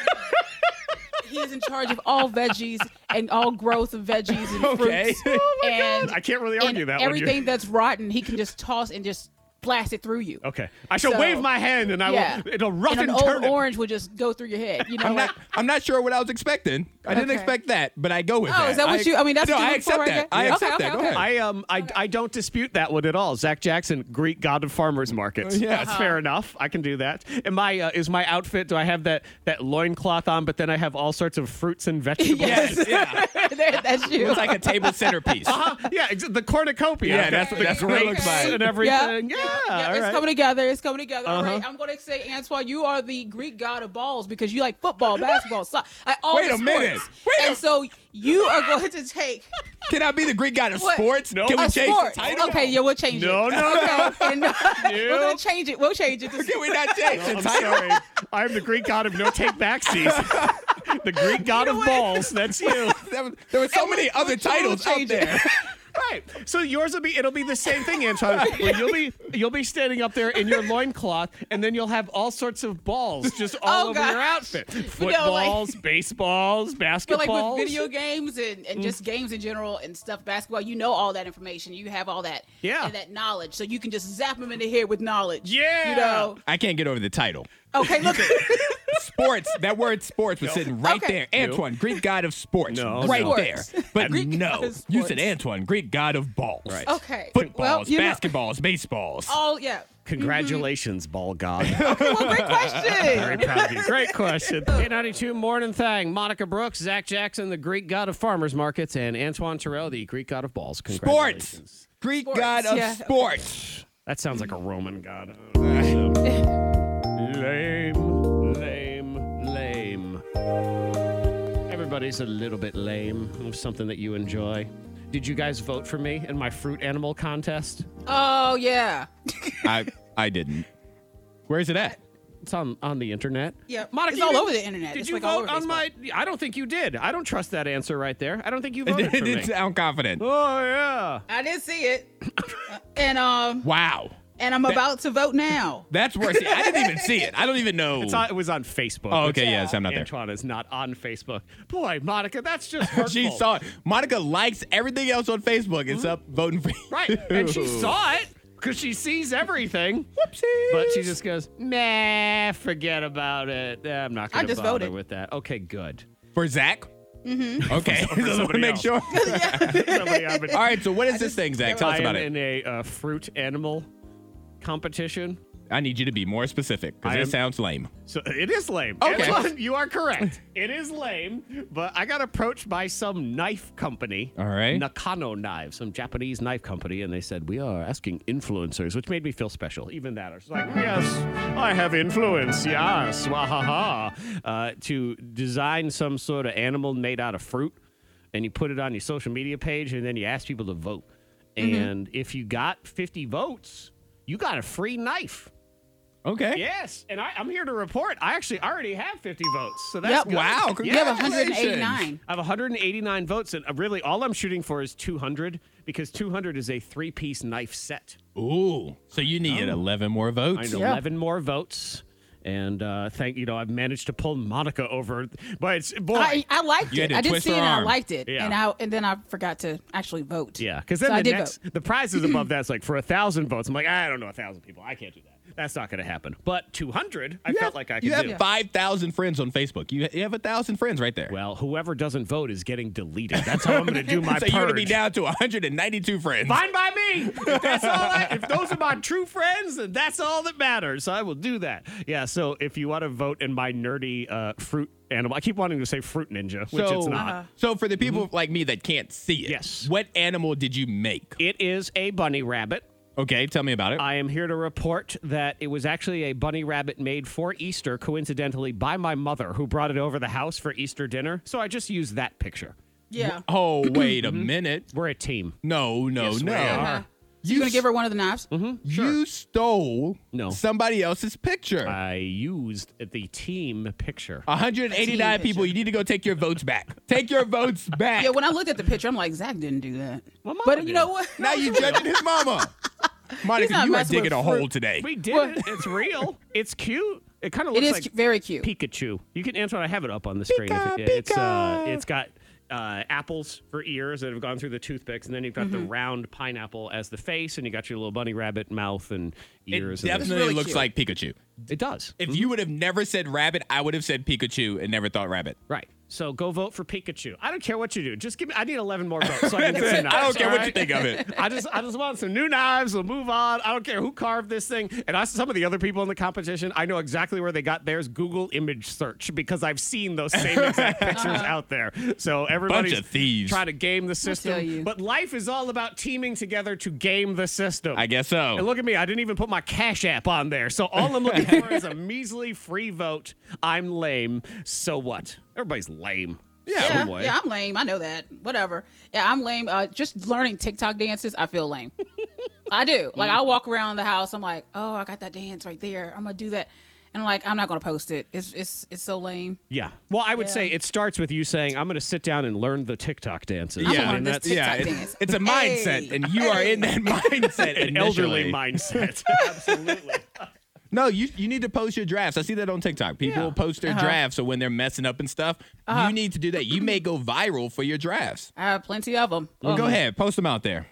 he is in charge of all veggies and all growth of veggies and Okay. fruits. Oh my and God. I can't really and argue that one. You're- Everything that's rotten, he can just toss and just blast it through you. Okay. I shall So- wave my hand and I Yeah. will it'll rough and and, an turn old it. orange will just go through your head. You know, I'm like, not. I'm not sure what I was expecting. I didn't Okay. expect that, but I go with Oh, that. is that what you- I mean, that's no. what you I went for accept right that. there? I Okay, accept okay, that. Go okay. ahead. I um I, I don't dispute that one at all. Zach Jackson, Greek god of farmers markets. Yeah. That's Uh-huh. fair enough. I can do that. Am I uh, is my outfit do I have that that loincloth on but then I have all sorts of fruits and vegetables? yes. yeah. there, that's you. It's like a table centerpiece. Uh-huh. Yeah, ex- the cornucopia. Yeah, I've got that's what- the that's what it grapes looks like. and everything. Yeah, ah, Yeah, all it's right. coming together. It's coming together. All Uh-huh. right, I'm going to say, Antoine, you are the Greek god of balls because you like football, basketball, soccer, like all Wait the a minute. sports. Wait a- and so you are going to take Can I be the Greek god of What? sports? No. Can we a change sport. the title? Okay, yeah, we'll change No, it. no, Okay, and, uh, we're going to change it. We'll change it. This Can we not change the I'm title? sorry. I'm the Greek god of no take backsies. the Greek god of balls. That's you. There was, there was so many other titles out change it. there. Right. So yours will be it'll be the same thing, Antoine. Where you'll be you'll be standing up there in your loincloth and then you'll have all sorts of balls just all Oh, over your gosh. outfit. You know, like- Footballs, baseballs, But basketballs. like with video games and, and Mm. just games in general and stuff, basketball, you know all that information. You have all that Yeah. and that knowledge. So you can just zap them in the head with knowledge. Yeah. You know. I can't get over the title. Okay, look. Sports. That word sports was sitting right Okay. there. Antoine, Greek god of sports. No, right no. there. Sports. But Greek god no. of You sports. said Antoine, Greek god of balls. Right. Okay. Footballs, Well, you know- Oh. basketballs, baseballs. all yeah. Mm-hmm. Congratulations, ball god. Well, great question. proud of you. Great question. K92 Morning Thang. Monica Brooks, Zach Jackson, the Greek god of farmers markets, and Antoine Terrell, the Greek god of balls. Congratulations. sports. Greek god of yeah, okay. sports. That sounds like a Roman god. lame, lame, lame. Everybody's a little bit lame of something that you enjoy. Did you guys vote for me in my fruit animal contest? Oh yeah. I I didn't. Where is it at? It's on, on the internet. Yeah, Monica, it's you all didn't- over the internet. Did It's you like all vote over on my? I don't think you did. I don't trust that answer right there. I don't think you It voted for me. didn't sound confident. Oh yeah. I didn't see it. and um Wow. and I'm about to vote now. That's worse. I didn't even see it. I don't even know. It's on, it was on Facebook. Oh, okay, yeah, so I'm not there. Antoine is not on Facebook. Boy, Monica, that's just hurtful. She saw it. Monica likes everything else on Facebook. It's up voting for you. Right, and she saw it because she sees everything. Whoopsie. But she just goes, nah, forget about it. Eh, I'm not I going to just bother voted. with that. Okay, good. for Zach. Mm-hmm. Okay, just want to somebody make else. sure. Somebody I've been All right, so what is this thing, Zach? Tell us tying about it. in a uh, fruit animal competition. I need you to be more specific because I it am- sounds lame. So it is lame. Okay. Antoine, you are correct. It is lame, but I got approached by some knife company. All right. Nakano Knives, some Japanese knife company, and they said, We are asking influencers, which made me feel special. Even that. I was like, Yes, I have influence. Yes. Wahaha. Uh, to design some sort of animal made out of fruit, and you put it on your social media page, and then you ask people to vote. Mm-hmm. And if you got 50 votes, you got a free knife. Okay. Yes, and I, I'm here to report. I actually already have 50 votes, so that's Yep. good. Wow, You have congratulations. 189. I have 189 votes, and uh, really, all I'm shooting for is 200 because 200 is a three-piece knife set. Ooh, so you need 11 more Oh. I votes. need 11 more votes, and uh, thank you know I've managed to pull Monica over, but it's boy. I, I liked You had it. to I did twist see it her and I arm. liked it. Yeah. And I and then I forgot to actually vote. yeah, because then So I the did next the prizes above that's like for a thousand votes. I'm like, I don't know a thousand people. I can't do that. That's not going to happen. But 200, I felt like I could You have do. 5,000 friends on Facebook. You, you have 1,000 friends right there. Well, whoever doesn't vote is getting deleted. That's how I'm going to do my so purge. you're going to be down to 192 friends. Fine by me. That's all. I, if those are my true friends, then that's all that matters. I will do that. Yeah. So if you want to vote in my nerdy uh, fruit animal, I keep wanting to say fruit ninja, which it's not. uh-huh. Mm-hmm. So uh-huh. for the people like me that can't see it, Yes. what animal did you make? It is a bunny rabbit. Okay, tell me about it. I am here to report that it was actually a bunny rabbit made for Easter, coincidentally, by my mother, who brought it over the house for Easter dinner. So I just used that picture. Yeah. oh, wait a minute. We're a team. No, no, Mm-hmm. Yes, we no. Uh-huh. are. You gonna give her one of the knives? Mm-hmm. You stole No. somebody else's picture. I used the team picture. Uh, 189 Team people. You need to go take your votes back. Take your votes back. Yeah, when I looked at the picture, I'm like, Zach didn't do that. My mama But you did. know what? now you judging his mama. Monica, not you are messing with digging a fruit. hole today. We did it. It's real. It's cute. It kind of It looks is like cu- very cute. Pikachu. You can Antoine. I have it up on the screen. Pika, if it- it's uh, Pika. it's got uh, apples for ears that have gone through the toothpicks, and then you've got the Mm-hmm. round pineapple as the face, and you got your little bunny rabbit mouth and It ears. and definitely really looks cute. like Pikachu. it does. If you would have never said rabbit, I would have said Pikachu and never thought rabbit. Right. So go vote for Pikachu. I don't care what you do. Just give me. I need 11 more votes. So I, can get some I knives, don't care all what you right? think of it. I just I just want some new knives. We'll move on. I don't care who carved this thing. And I, some of the other people in the competition, I know exactly where they got theirs. Google image search because I've seen those same exact pictures Uh-huh. out there. So everybody's of thieves. trying to game the tell system. you. But life is all about teaming together to game the system. I guess so. And look at me, I didn't even put my Cash App on there. So all I'm looking for is a measly free vote. I'm lame. So what? Everybody's lame. Yeah, Some way. yeah, I'm lame. I know that. Whatever. Yeah, I'm lame. Uh, just learning TikTok dances, I feel lame. I do. Like I walk around the house, I'm like, oh, I got that dance right there. I'm gonna do that, and I'm like, I'm not gonna post it. It's it's it's so lame. Yeah. Well, I would say it starts with you saying, I'm going to sit down and learn the TikTok dances. I'm yeah, on and this that's TikTok yeah, it- dance. it's a mindset, Hey. and you are in that mindset. an elderly initially. mindset. Absolutely. No, you you need to post your drafts. I see that on TikTok. People Yeah. post their drafts, so when they're messing up and stuff, you need to do that. You may go viral for your drafts. I have plenty of Um, them. Go ahead, post them out there.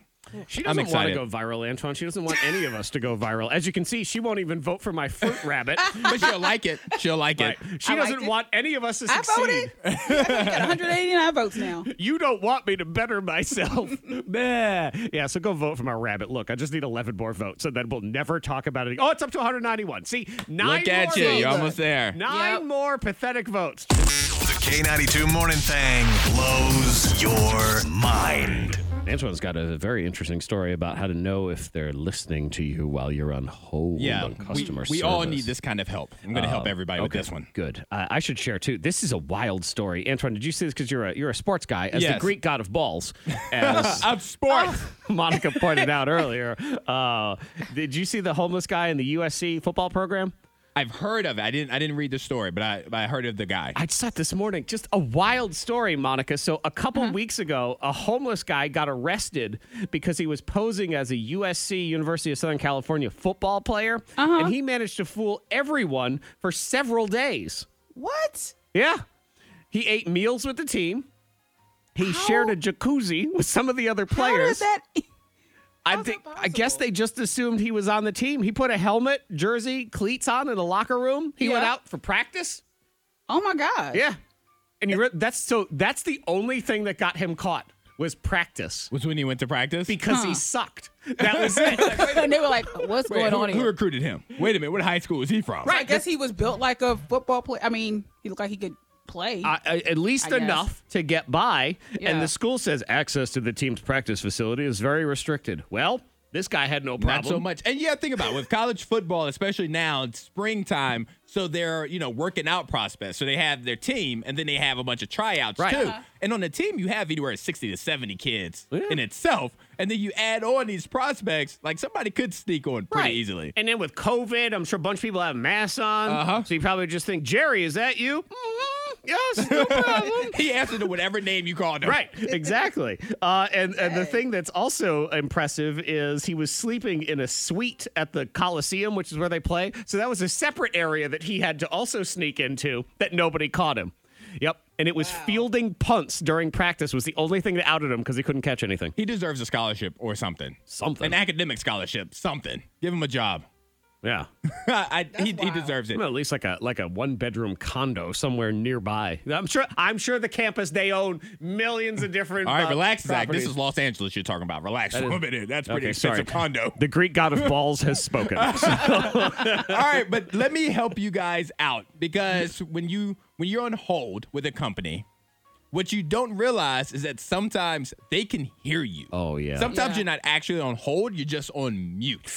She I'm doesn't want to excited. go viral, Antoine. She doesn't want any of us to go viral. As you can see, she won't even vote for my fruit rabbit. But she'll like it. She'll like Right. it. She I liked doesn't it. want any of us to I succeed. voted. I got 189 votes now. You don't want me to better myself. Meh. yeah, so go vote for my rabbit. Look, I just need 11 more votes, and then we'll never talk about it. Oh, it's up to 191. See, nine Look more at you. votes. You're almost there. Nine Yep. more pathetic votes. The K92 Morning Thang blows your mind. Antoine's got a very interesting story about how to know if they're listening to you while you're on hold Yeah, on we, customer we all service. Um, need this kind of help. I'm going to help everybody with Okay, this one. Good. Uh, I should share too. This is a wild story. Antoine, did you see this? Because you're a you're a sports guy, as the Yes. Greek god of balls, as Of sports. Monica pointed out earlier. Uh, did you see the homeless guy in the USC football program? I've heard of it. I didn't I didn't read the story, but I I heard of the guy. I just thought this morning, just a wild story, Monica. So, a couple Mm-hmm. weeks ago, a homeless guy got arrested because he was posing as a USC, University of Southern California football player. Uh-huh. And he managed to fool everyone for several days. What? Yeah. He ate meals with the team. He shared a jacuzzi with some of the other How players. is that? e-, I how's think that I guess possible? they just assumed he was on the team. He put a helmet, jersey, cleats on in the locker room. He went Yeah. out for practice. Oh my god. Yeah. And you re- that's so that's the only thing that got him caught was practice Was when he went to practice. because he sucked. That was it. and they were like, "What's Wait, going who, on who here?" recruited him? Wait a minute, what high school is he from? I guess he was built like a football player. I mean, he looked like he could play. Uh, at least guess. enough to get by. Yeah. And the school says access to the team's practice facility is very restricted. Well, this guy had no problem. Not so much. And yeah, think about it. with college football, especially now, it's springtime, so they're, you know, working out prospects. So they have their team and then they have a bunch of tryouts Right. too. Uh-huh. And on the team you have anywhere 60 to 70 kids in itself. And then you add on these prospects, like somebody could sneak on pretty Right. easily. And then with COVID, I'm sure a bunch of people have masks on. Uh-huh. So you probably just think, Jerry, is that you? hmm Yes, no problem. he answered to whatever name you called him. Right, exactly. Uh, and, and the thing that's also impressive is he was sleeping in a suite at the Coliseum, which is where they play. So that was a separate area that he had to also sneak into that nobody caught him. Yep. And it was fielding punts during practice was the only thing that outed him because he couldn't catch anything. He deserves a scholarship or something. Something. An academic scholarship, something. Give him a job. Yeah. I, he, he wild. deserves it. Well, at least like a like a one bedroom condo somewhere nearby. I'm sure I'm sure the campus they own millions of different. All right, uh, relax, Zach. properties. This is Los Angeles you're talking about. Relax for a minute. That's pretty Okay, sorry. expensive condo. The Greek god of balls has spoken. So- All right, but let me help you guys out because when you when you're on hold with a company, what you don't realize is that sometimes they can hear you. Oh, yeah. Sometimes Yeah. you're not actually on hold, you're just on mute.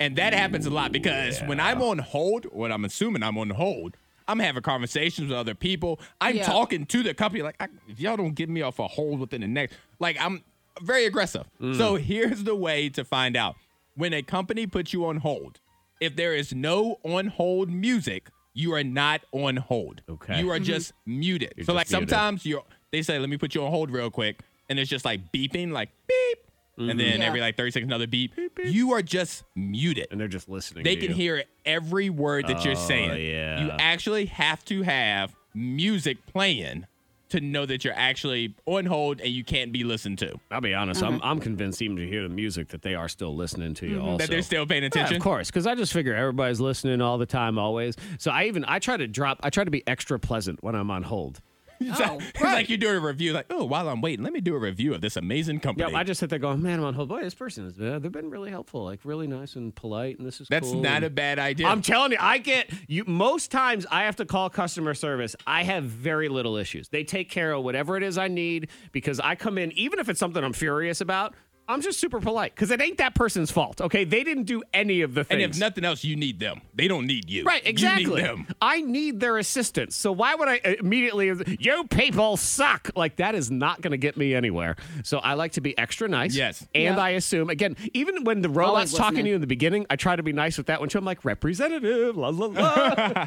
And that happens a lot because when I'm on hold, what I'm assuming I'm on hold, I'm having conversations with other people. I'm Yeah. talking to the company like, I, if y'all don't get me off a hold within the next, like I'm very aggressive. Mm. So here's the way to find out when a company puts you on hold. If there is no on hold music, you are not on hold. Okay. You are just muted. so just like muted. sometimes you are they say, let me put you on hold real quick, and it's just like beeping, like beep. Mm-hmm. And then Yeah. every like 30 seconds, another beep. You are just muted. and they're just listening. They to can you. Oh, hear every word that you're saying. yeah. You actually have to have music playing to know that you're actually on hold and you can't be listened to. I'll be honest. I'm I'm convinced even to hear the music that they are still listening to you. Also, Mm-hmm. That they're still paying Yeah, attention. of course, because I just figure everybody's listening all the time, always. So I even I try to drop. I try to be extra pleasant when I'm on hold. It's Oh, like- it's like you do a review, like, oh, while I'm waiting, let me do a review of this amazing company. Yeah, I just sit there going, man, I'm on hold. Boy, this person is. Uh, they've been really helpful, like really nice and polite, and this is. That's cool, not and- a bad idea. I'm telling you, I get you. Most times, I have to call customer service. I have very little issues. They take care of whatever it is I need because I come in, even if it's something I'm furious about. I'm just super polite because it ain't that person's fault. Okay, they didn't do any of the and things. if nothing else, you need them. They don't need you. Right, exactly. You need them. I need their assistance. So why would I uh, immediately you people suck? Like that is not going to get me anywhere. So I like to be extra nice. Yes. And Yeah. I assume again, even when the robot's talking to listening. you in the beginning, I try to be nice with that one too. I'm like representative, la la la.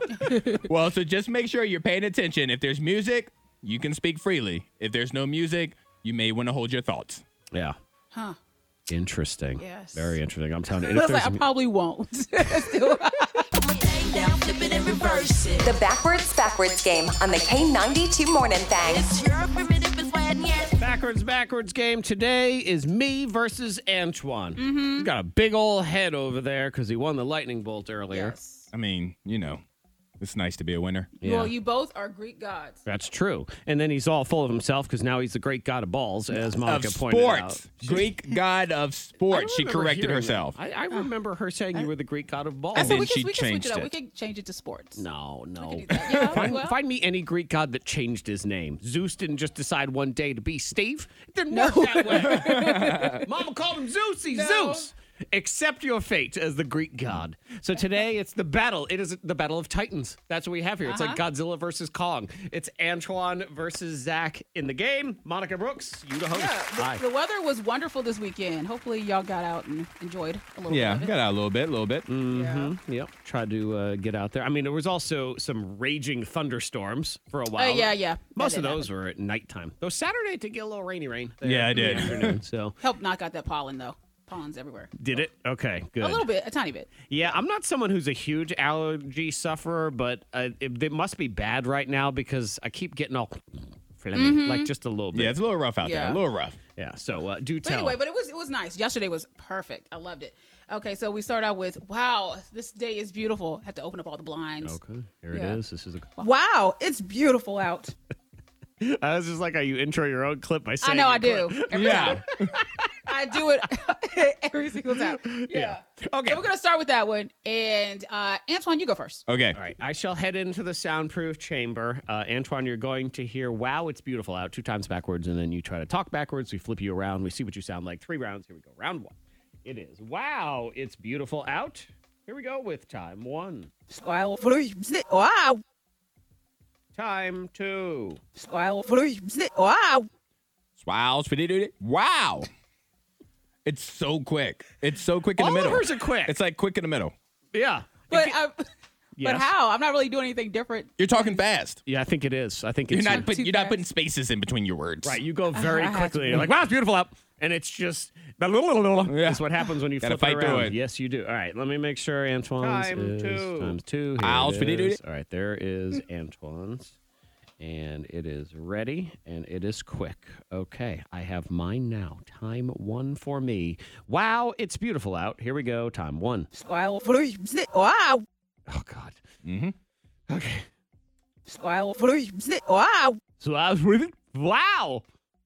Well, so just make sure you're paying attention. If there's music, you can speak freely. If there's no music, you may want to hold your thoughts. yeah. Huh. Interesting. Yes. Very interesting. I'm telling you. And I if was like, there's- I probably won't. Now flip it and reverse it. The backwards, backwards game on the K92 Morning Thing. It's your primitive is wet, yes. Backwards, backwards game today is me versus Antoine. Mm-hmm. He's got a big old head over there because he won the lightning bolt earlier. yes. I mean, you know, it's nice to be a winner. Yeah. Well, you both are Greek gods. That's true. And then he's all full of himself because now he's the great god of balls, as Of Monica pointed out. sports. Greek god I of sports. She remember corrected hearing herself. that. I, I remember her saying you were the great god of balls. And so then we she can, we can switch changed it up. it. We can change it to sports. no, no. Yeah, Find, well. find me any Greek god that changed his name. Zeus didn't just decide one day to be Steve. It didn't work that way. Mama called him Zeus. He's No. Zeus. Accept your fate as the Greek god. So today it's the battle. It is the battle of titans. That's what we have here. It's Uh-huh. like Godzilla versus Kong. It's Antoine versus Zach in the game. Monica Brooks, you the host. Yeah, Hi. the, the weather was wonderful this weekend. Hopefully, y'all got out and enjoyed a little Yeah, bit. of it. got out a little bit, a little bit. Mm. Yeah. Yep. Tried to uh, get out there. I mean, there was also some raging thunderstorms for a while. Oh, yeah, yeah. That Most of did those were at nighttime. Though Saturday it did get a little rainy rain. there Yeah, I in the did. afternoon, so Helped knock out that pollen, though. Pollen's everywhere. did it? Okay, good. A little bit, a tiny bit. Yeah, I'm not someone who's a huge allergy sufferer, but uh, it, it must be bad right now because I keep getting all phlegmy, Mm-hmm. like just a little bit. Yeah, it's a little rough out there. Yeah. A little rough. Yeah, So uh, do But tell. anyway, but it was it was nice. Yesterday was perfect. I loved it. Okay, so we start out with wow, this day is beautiful. Had to open up all the blinds. okay, here Yeah. it is. This is. A, Wow, it's beautiful out. I was just like how you intro your own clip by saying. I know I your clip. do. Every Yeah. I do it every single time. Yeah. Okay. So we're gonna start with that one, and uh, Antoine, you go first. Okay. All right, I shall head into the soundproof chamber. Uh, Antoine, you're going to hear "Wow, it's beautiful out" two times backwards, and then you try to talk backwards. We flip you around. We see what you sound like. Three rounds. Here we go. Round one. It is "Wow, it's beautiful out." Here we go with time one, Wow, wow, time two, wow. Wow, spitty dude. Wow. It's so quick. It's so quick in All the of middle. hers are quick. It's like quick in the middle. Yeah. But I, Yes. but how? I'm not really doing anything different. You're talking fast. Yeah, I think it is. I think You're it's not put, too you're not fast. putting spaces in between your words. right. You go very I have to quickly. be- You're like, wow, it's beautiful out. And it's just that little, little, little Yeah. is what happens when you Gotta flip fight it around. through it. Yes, you do. All right, let me make sure Antoine's Time is two. times two. Here I'll it speedy do is. it. All right, there is Antoine's, and it is ready and it is quick. Okay, I have mine now. Time one for me. Wow, it's beautiful out. Here we go. Time one. Wow, wow, Oh God. Mhm. Okay. wow. So I was really wow.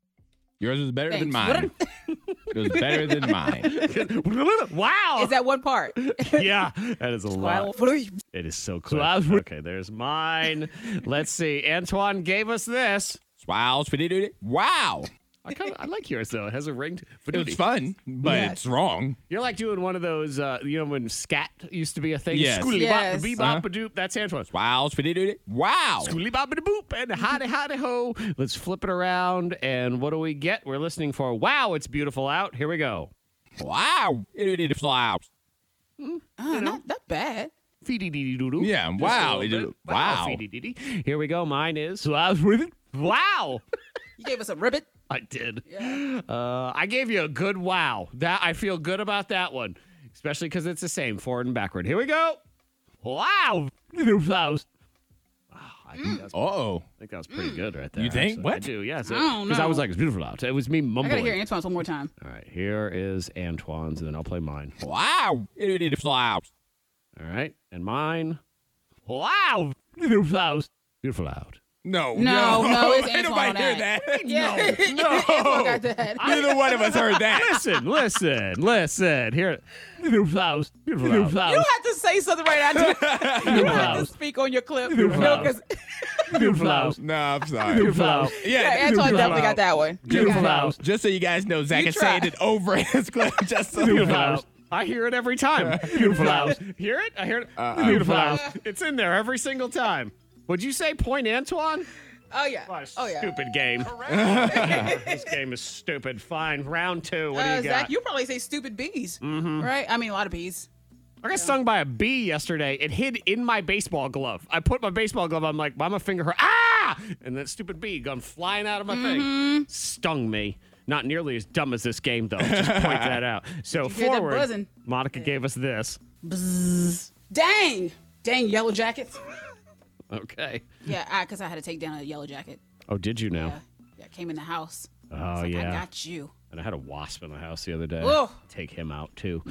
Yours was better than Thanks. mine. it was better than mine. wow. Is that one part? yeah, that is a lot. uh, It is so close. Okay, there's mine. Let's see. Antoine gave us this. Wow, spitty dude. Wow. I kind of I like yours though. It has a ring. to- But It was fun, but Yeah. it's wrong. You're like doing one of those. Uh, you know when scat used to be a thing. Yes. Schooly Yes. bop, Uh-huh. bebop, doop. That's Antoine's. Wow, spitty dude. Wow. Schooly bop, boop, and howdy, howdy, ho. Let's flip it around. And what do we get? We're listening for Wow, it's beautiful out. Here we go. Wow. It did fly out. Uh, not that bad. Fee-dee-dee-dee-doo-doo. Yeah, Just a wow, little it- bit. wow. fee-dee-dee-dee. Here we go. Mine is. Wow. You gave us a ribbit. I did. Uh, I gave you a good wow. That I feel good about that one, especially because it's the same forward and backward. Here we go. Wow. Mm. Wow, I think, that's, Uh oh. I think that was pretty good right there. You think? actually. I What? do, yeah. so- Mm. I don't I was know. like, it's beautiful out. It was me I mumbling. gotta hear Antoine's one more time. All right, here is Antoine's, and then I'll play mine. Wow. It did fly out. All right, and mine. Wow. Beautiful out. Beautiful out. No. No, no, it's Ain't nobody hear Antoine that. Yeah. No. got that. Neither one of us heard that. Listen, listen, listen. Here. Beautiful out. Beautiful You out. don't have to say something right after. you don't have to speak on your clip. No, because Beautiful out. No, I'm sorry. Beautiful out. yeah, Yeah. Antoine definitely got that one. Beautiful house. Just so you guys know, Zach You is try. saying it over his clip. Just so you Beautiful know. house. I hear it every time. Beautiful house. Hear it? I hear it. Beautiful house. It's in there every single time. Would you say point Antoine? Oh yeah. What a Oh yeah. Stupid game. this game is stupid. Fine. Round two. What do you Uh, got? Mm-hmm. Zach, you probably say stupid bees, right? I mean, a lot of bees. I got stung by a bee yesterday. It hid in my baseball glove. I put my baseball glove. I'm like, I'm a finger her. Ah! And that stupid bee gone flying out of my Mm-hmm. thing. Stung me. Not nearly as dumb as this game, though. Just point that out. So hear that forward, buzzing? Monica gave us this. Dang, dang, yellow jackets. Okay. Yeah, I because I had to take down a yellow jacket. Oh, did you now? Yeah, yeah came in the house. Oh, I yeah. got you. And I had a wasp in the house the other day. Ugh. Take him out too.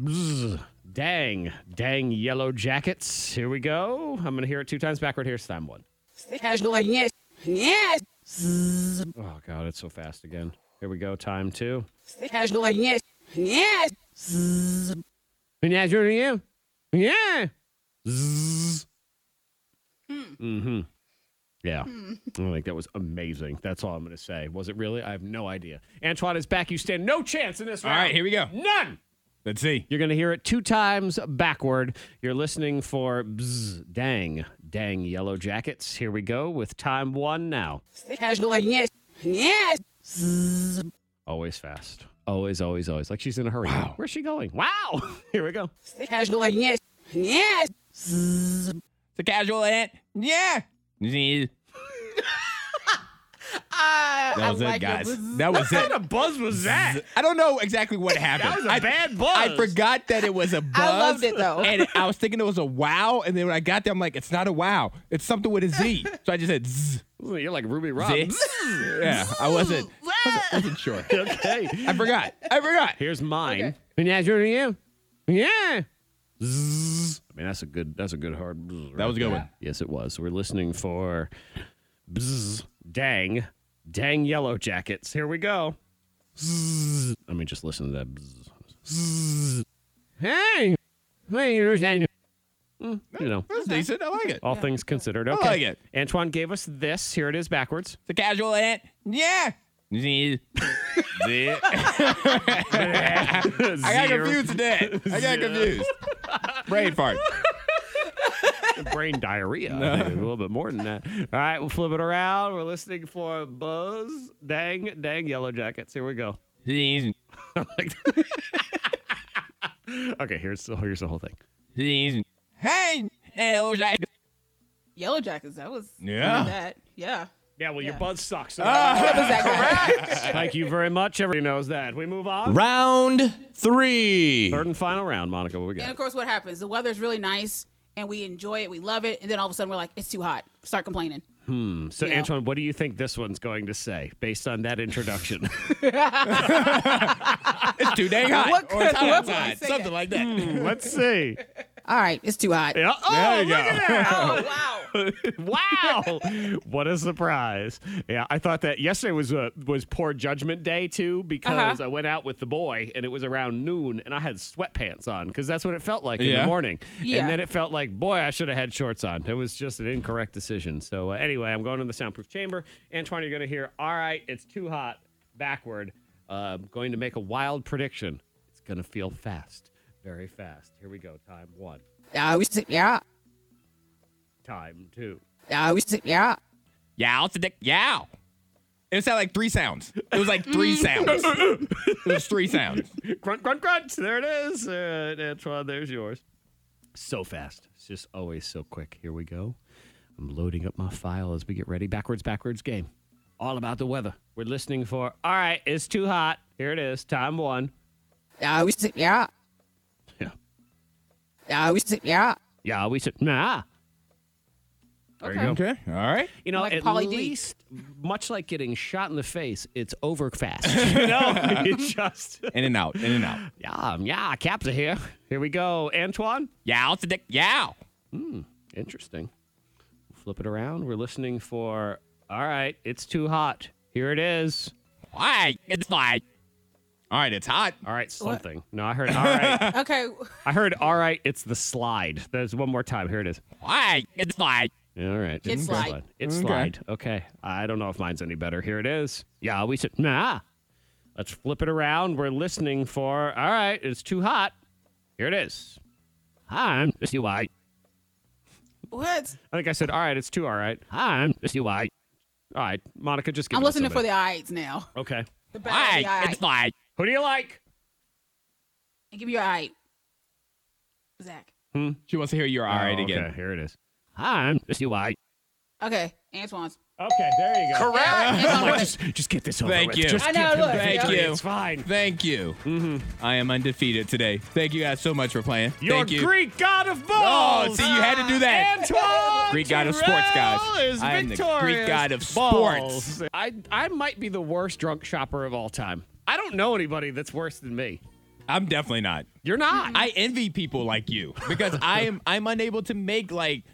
Bzzz. Dang, dang yellow jackets. Here we go. I'm gonna hear it two times backward. Here's time one. Casual, like, yes, yes. Oh god, it's so fast again. Here we go. Time two. Casual, like, yes, yes. Yeah, sure you. Yeah. Zzz. Mm-hmm. Yeah. I think that was amazing. That's all I'm gonna say. Was it really? I have no idea. Antoine is back. You stand no chance in this All round. right, here we go. None. Let's see. You're going to hear it two times backward. You're listening for bzz, dang, dang yellow jackets. Here we go with time one now. Casual like yes, yes. Always fast. Always, always, always. Like she's in a hurry. Where's she going? Wow. Here we go. Casual like yes, yes. It's a casual ant. Yeah. Uh, I, That was I it, like your guys. bzz. That was it. buzz was that? I don't know exactly what happened. was a I- bad buzz. I forgot that it was a buzz. loved it, though. And I was thinking it was a wow, and then when I got there, I'm like, it's not a wow. It's something with a Z. So I just said zzz. You're like Ruby Um, Z. Robbins. Yeah, I wasn't. wasn't- wasn't sure. okay. I forgot. I forgot. Here's mine. Yeah, sure, yeah. Yeah. Zzz. I mean, that's a good. That's a good hard. bzz right was a good there. one. Yes, it was. We're listening for, bzz, dang, dang yellow jackets. Here we go. Zzz. Let me just listen to that. Bzz. Zzz. Hey, hey, you understand? Mm, you know, That's decent. I like it. all things considered. I Okay. like it. Antoine gave us this. Here it is backwards. It's a casual ant. Yeah. Z. Z. I got confused today. I got confused. Brain fart. brain diarrhea. Maybe a little bit more than that. All right, we'll flip it around. We're listening for Buzz. Dang, dang, Yellow Jackets. Here we go. Z's. Okay, here's the, here's the whole thing. Z's. Hey. Hey, it was like- Yellow jackets. That was Yeah. That yeah. Yeah, well, your Yeah. buzz sucks. That was that guy. Thank you very much. Everybody knows that. We move on. Round three. Third and final round, Monica. What we And of got? course, what happens? The weather's really nice, and we enjoy it. We love it, and then all of a sudden, we're like, it's too hot. Start complaining. So, Yeah. Antoine, what do you think this one's going to say based on that introduction? It's too dang hot. What or it's could- what hot outside. would they say Something that? Hmm. like that. Let's see. All right, it's too hot. Yeah. Oh, There you look go. at that. Oh wow. Wow! what a surprise! Yeah, I thought that yesterday was uh, was poor judgment day too because I went out with the boy and it was around noon and I had sweatpants on because that's what it felt like in the Yeah. morning. Yeah. And then it felt like, boy, I should have had shorts on. It was just an incorrect decision. So uh, anyway, I'm going to the soundproof chamber. Antoine, you're going to hear, "All right, it's too hot." Backward, uh, I'm going to make a wild prediction. It's going to feel fast, very fast. Here we go. Time one. Yeah, we sit- yeah. Time two. Yeah, we sit- yeah. Yow, it's a dick. Yow. It sounded like three sounds. It was like three sounds. it was three sounds. grunt, grunt, grunt. There it is. Uh, Antoine, there's yours. So fast. It's just always so quick. Here we go. I'm loading up my file as we get ready. Backwards, backwards game. All about the weather. We're listening for, all right, it's too hot. Here it is. Time one. Yeah, we sit- yeah. Yeah. Yeah, we sit- yeah. Yeah, we said, nah. Okay. Okay. All right. You know, Like at Pauly D. least, much like getting shot in the face, it's over fast. you know, it's just, In and out. In and out. yeah, yeah, caps are here. Here we go. Antoine? Yow, it's a dick. Yow. Interesting. Flip it around. We're listening for. All right, it's too hot. Here it is. Why? It's like. All right, it's hot. All right, something. No, I heard. All right, Okay. I heard. All right, it's the slide. There's one more time. Here it is. Why? It's like. All right, It's slide. It's Okay. slide. Okay, I don't know if mine's any better. Here it is. Yeah, we said nah. Let's flip it around. We're listening for. All right, it's too hot. Here it is. Hi, I'm it's too hot. What? I think I said all right. It's too all right. Hi, I'm it's too hot. All right, Monica, just give I'm it us a listening for minute. the eyes now. Okay. The back of the Why? eye. It's like. Who do you like? And Give me your eye. Zach. She wants to hear your all right again. Oh, Okay, here it is. Hi, I'm Misty White. Okay, Antoine's. Okay, there you go. Correct. just, just get this over Thank with. you. Just I know, give him look, the Thank victory. you. It's fine. Thank you. I am undefeated today. Thank you guys so much for playing. Your Thank you. Greek god of Oh, balls. see, you had to do that. Antoine Greek god of sports, guys. Terrell is I am the Greek victorious. god of Balls. sports. I, I might be the worst drunk shopper of all time. I don't know anybody that's worse than me. I'm definitely not. You're not. I envy people like you because I am I'm unable to make like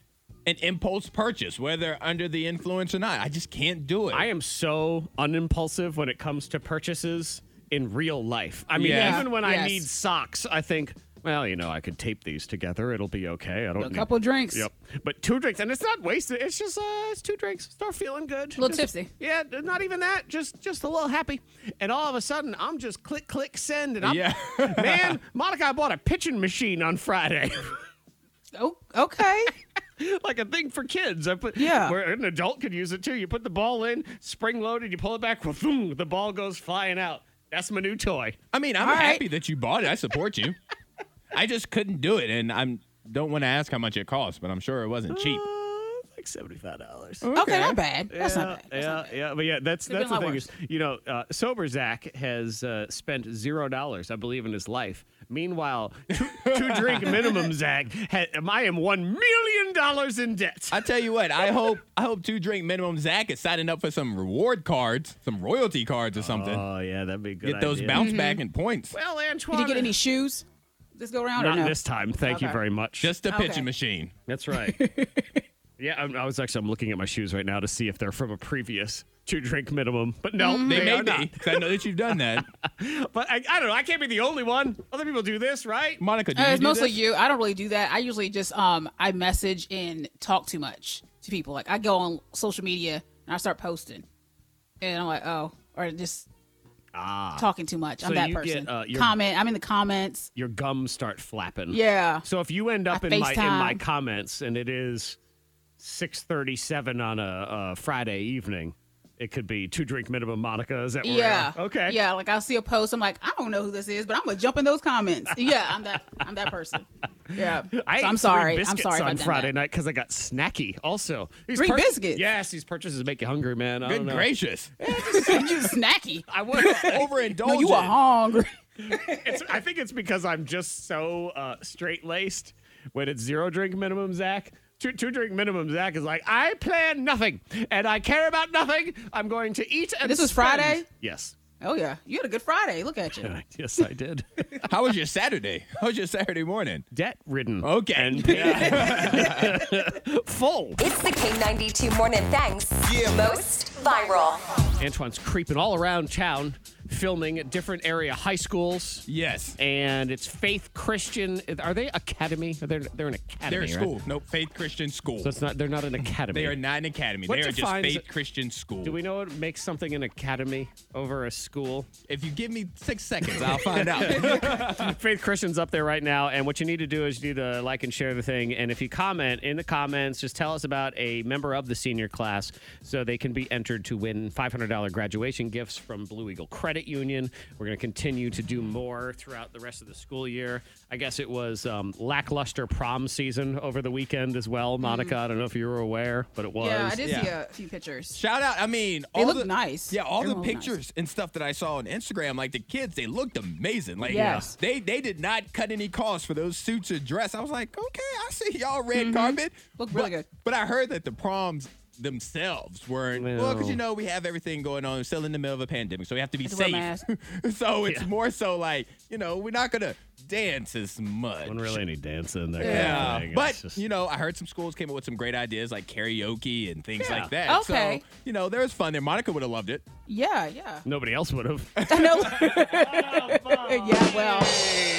an impulse purchase, whether under the influence or not. I just can't do it. I am so unimpulsive when it comes to purchases in real life. I mean, Yeah. even when I Yes. need socks, I think, well, you know, I could tape these together. It'll be okay. I don't A need- couple drinks. Yep. But two drinks, and it's not wasted. It's just uh, it's two drinks. Start feeling good. Little Just- tipsy. Yeah, not even that. Just just a little happy. And all of a sudden, I'm just click click send. And I'm Yeah. man, Monica, I bought a pitching machine on Friday, Oh, okay. like a thing for kids. I put Yeah. where an adult could use it too. You put the ball in, spring loaded. You pull it back, boom, the ball goes flying out. That's my new toy. I mean, I'm All right. happy that you bought it. I support you. I just couldn't do it, and I'm don't want to ask how much it cost, but I'm sure it wasn't cheap. Uh, like seventy five dollars. okay. not bad. That's not bad. yeah, yeah, but yeah, that's that's been a the lot thing worse. is, you know, uh, sober Zach has uh, spent zero dollars, I believe, in his life. Meanwhile, two, two drink minimum Zach, ha- am I am one million dollars in debt. I tell you what, I hope I hope two drink minimum Zach is signing up for some reward cards, some royalty cards or something. oh yeah, that'd be a good. Get those idea. Mm-hmm. bounce back and points. Well, Antoine, Did you get any shoes? This go around Not or no? this time. Thank you Okay. very much. Just the Okay. pitching machine. that's right. yeah, I'm, I was actually I'm looking at my shoes right now to see if they're from a previous two drink minimum, but no, Mm, They, they, may are be. 'cause I know that you've done that, not. But I, I don't know. I can't be the only one. Other people do this, right? Monica. Do Uh, you it's do mostly this? you. I don't really do that. I usually just um I message and talk too much to people. Like I go on social media and I start posting, and I'm like, oh, or just talking too much. I'm Ah. So that you person. get, uh, your- Comment. I'm in the comments. your gums start flapping. Yeah. So if you end up I in my in my FaceTime. comments and it is 6:37 on a, uh Friday evening, it could be two drink minimum Monica. Is that where we Yeah. are? Okay. Yeah. Like I'll see a post. I'm like, I don't know who this is, but I'm gonna jump in those comments. yeah. I'm that. I'm that person. Yeah. I so ate I'm three sorry. I'm biscuits sorry. if on I've done Friday that. night because I got snacky. Also, These Three biscuits? Yes, these purchases make you hungry, man. I don't Good know. gracious. You're just snacky. I was. Overindulgent. No, you are hungry. it's, I think it's because I'm just so uh, straight laced when it's zero drink minimum, Zach. Two, two drink minimum, Zach is like, I plan nothing and I care about nothing. I'm going to eat and This was spend." Friday? Yes. Oh yeah. You had a good Friday. Look at you. Yes, I did. How was your Saturday? How was your Saturday morning? Debt ridden. Okay. And paid- full. It's the K92 Morning Thanks. Most viral. Antoine's creeping all around town, filming at different area high schools. Yes. And it's Faith Christian. Are they academy? They're, they're an academy. They're a right? school. Nope. Faith Christian School. So it's not. They're not an academy. They are not an academy. What they are just defines- Faith Christian School. Do we know what makes something an academy over a school? If you give me six seconds, I'll find out. Faith Christian's up there right now, and what you need to do is you need to like and share the thing. And if you comment in the comments, just tell us about a member of the senior class so they can be entered to win $500 graduation gifts from Blue Eagle Credit Union. We're going to continue to do more throughout the rest of the school year. I guess it was um, lackluster prom season over the weekend as well, Monica. I don't know if you were aware, but it was. Mm. Yeah, I did see Yeah. a few pictures. Shout out. I mean, They all look the, nice. Yeah, all the Everyone look nice. pictures and stuff that I saw on Instagram, like the kids, they looked amazing. Like Yes. they they did not cut any costs for those suits or dress. I was like, okay, I see y'all red carpet. Looked but, Mm-hmm. really good. But I heard that the proms themselves weren't well because Well. you know we have everything going on. We're still in the middle of a pandemic, so we have to be to wear a safe. mask. so it's Yeah. more so like you know we're not gonna dance as much. Wasn't really any dancing in there. Yeah, but just, you know, I heard some schools came up with some great ideas like karaoke and things like that. Okay. So you know, there was fun there. Monica would have loved it. Yeah, yeah. nobody else would have. I know. yeah, well,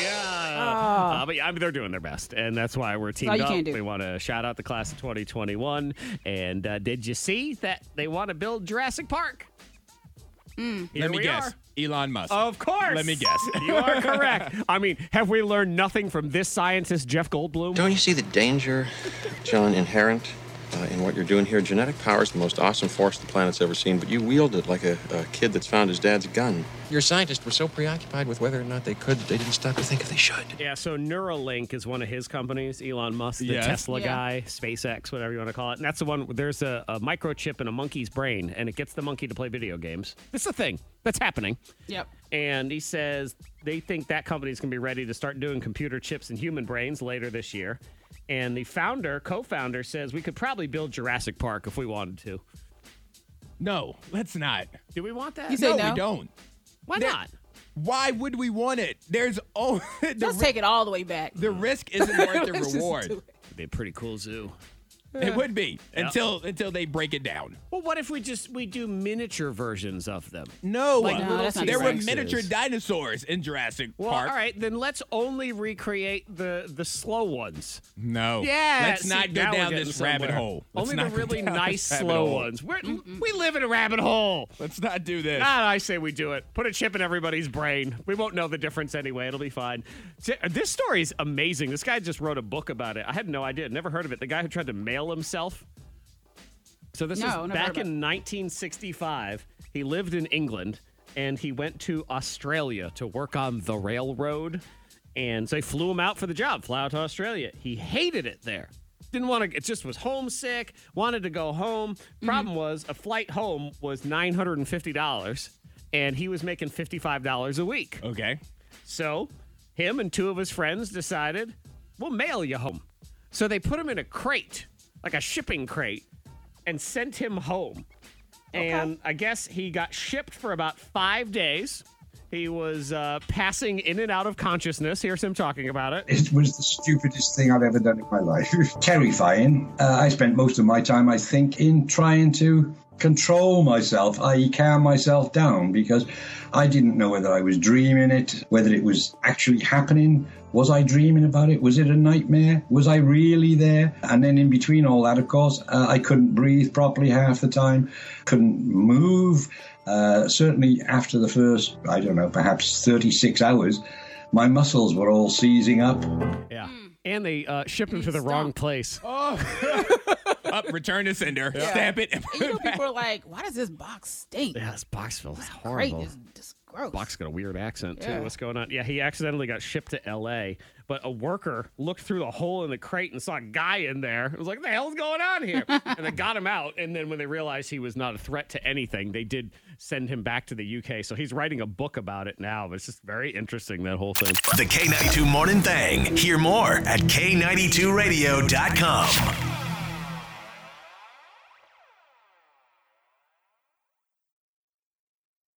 Yeah. Uh, but yeah, I mean, they're doing their best, and that's why we're teamed all Oh. you up. can do. We want to shout out the class of 2021. And uh, did you see that they want to build Jurassic Park? Hmm. Here Let me we guess, are. Elon Musk. Of course. Let me guess. You are correct. I mean, have we learned nothing from this scientist, Jeff Goldblum? Don't you see the danger, John, inherent uh, in what you're doing here? Genetic power is the most awesome force the planet's ever seen, but you wield it like a, a kid that's found his dad's gun. Your scientists were so preoccupied with whether or not they could, they didn't stop to think if they should. Yeah, so Neuralink is one of his companies, Elon Musk, the Yes. Tesla Yeah. guy, SpaceX, whatever you want to call it. And that's the one, there's a, a microchip in a monkey's brain, and it gets the monkey to play video games. This is a thing that's happening. yep. and he says they think that company's going to be ready to start doing computer chips in human brains later this year. And the founder, co-founder, says we could probably build Jurassic Park if we wanted to. no, let's not. Do we want that? You say no, no? we don't. Why not? Why would we want it? There's oh, the, Let's take it all the way back. the risk isn't worth the Let's just do reward. it. It'd be a pretty cool zoo. It would be until until they break it down. Well, what if we just we do miniature versions of them? No, Like No, that's not there were T-Rexes. miniature dinosaurs in Jurassic Well, Park. all right, then let's only recreate the the slow ones. No. Yeah, Let's see, not now go we're down getting this somewhere. rabbit hole. Let's Only the not go really down this nice rabbit slow hole. ones. We're, we live in a rabbit hole. Let's not do this. Ah, I say we do it. Put a chip in everybody's brain. We won't know the difference anyway. It'll be fine. T- This story is amazing. This guy just wrote a book about it. I had no idea. Never heard of it. The guy who tried to mail himself. So this No, was never back heard of it. in 1965. He lived in England and he went to Australia to work on the railroad. And so they flew him out for the job, fly out to Australia. He hated it there. Didn't want to, it just was homesick, wanted to go home. Mm-hmm. Problem was, a flight home was $950 and he was making $55 a week. Okay. So, him and two of his friends decided, we'll mail you home. So they put him in a crate, like a shipping crate, and sent him home. And I guess he got shipped for about five days. He was uh, passing in and out of consciousness. Here's him talking about it. It was the stupidest thing I've ever done in my life. Terrifying. Uh, I spent most of my time, I think, in trying to control myself, i.e., calm myself down, because I didn't know whether I was dreaming it, whether it was actually happening. Was I dreaming about it? Was it a nightmare? Was I really there? And then, in between all that, of course, uh, I couldn't breathe properly half the time, couldn't move. Uh, certainly, after the first, I don't know, perhaps 36 hours, my muscles were all seizing up. Yeah. And they uh, shipped him to the wrong place. Up, return to sender. Stamp it. And you know, people are like, why does this box stink? Yeah, this Boxville is Great. horrible. It's just gross. Box got a weird accent too. Yeah. What's going on? Yeah, he accidentally got shipped to L.A. But a worker looked through the hole in the crate and saw a guy in there. It was like, "What the hell's going on here?" and they got him out. And then when they realized he was not a threat to anything, they did send him back to the U.K. So he's writing a book about it now. But it's just very interesting that whole thing. The K92 Morning Thing. Hear more at K92Radio.com.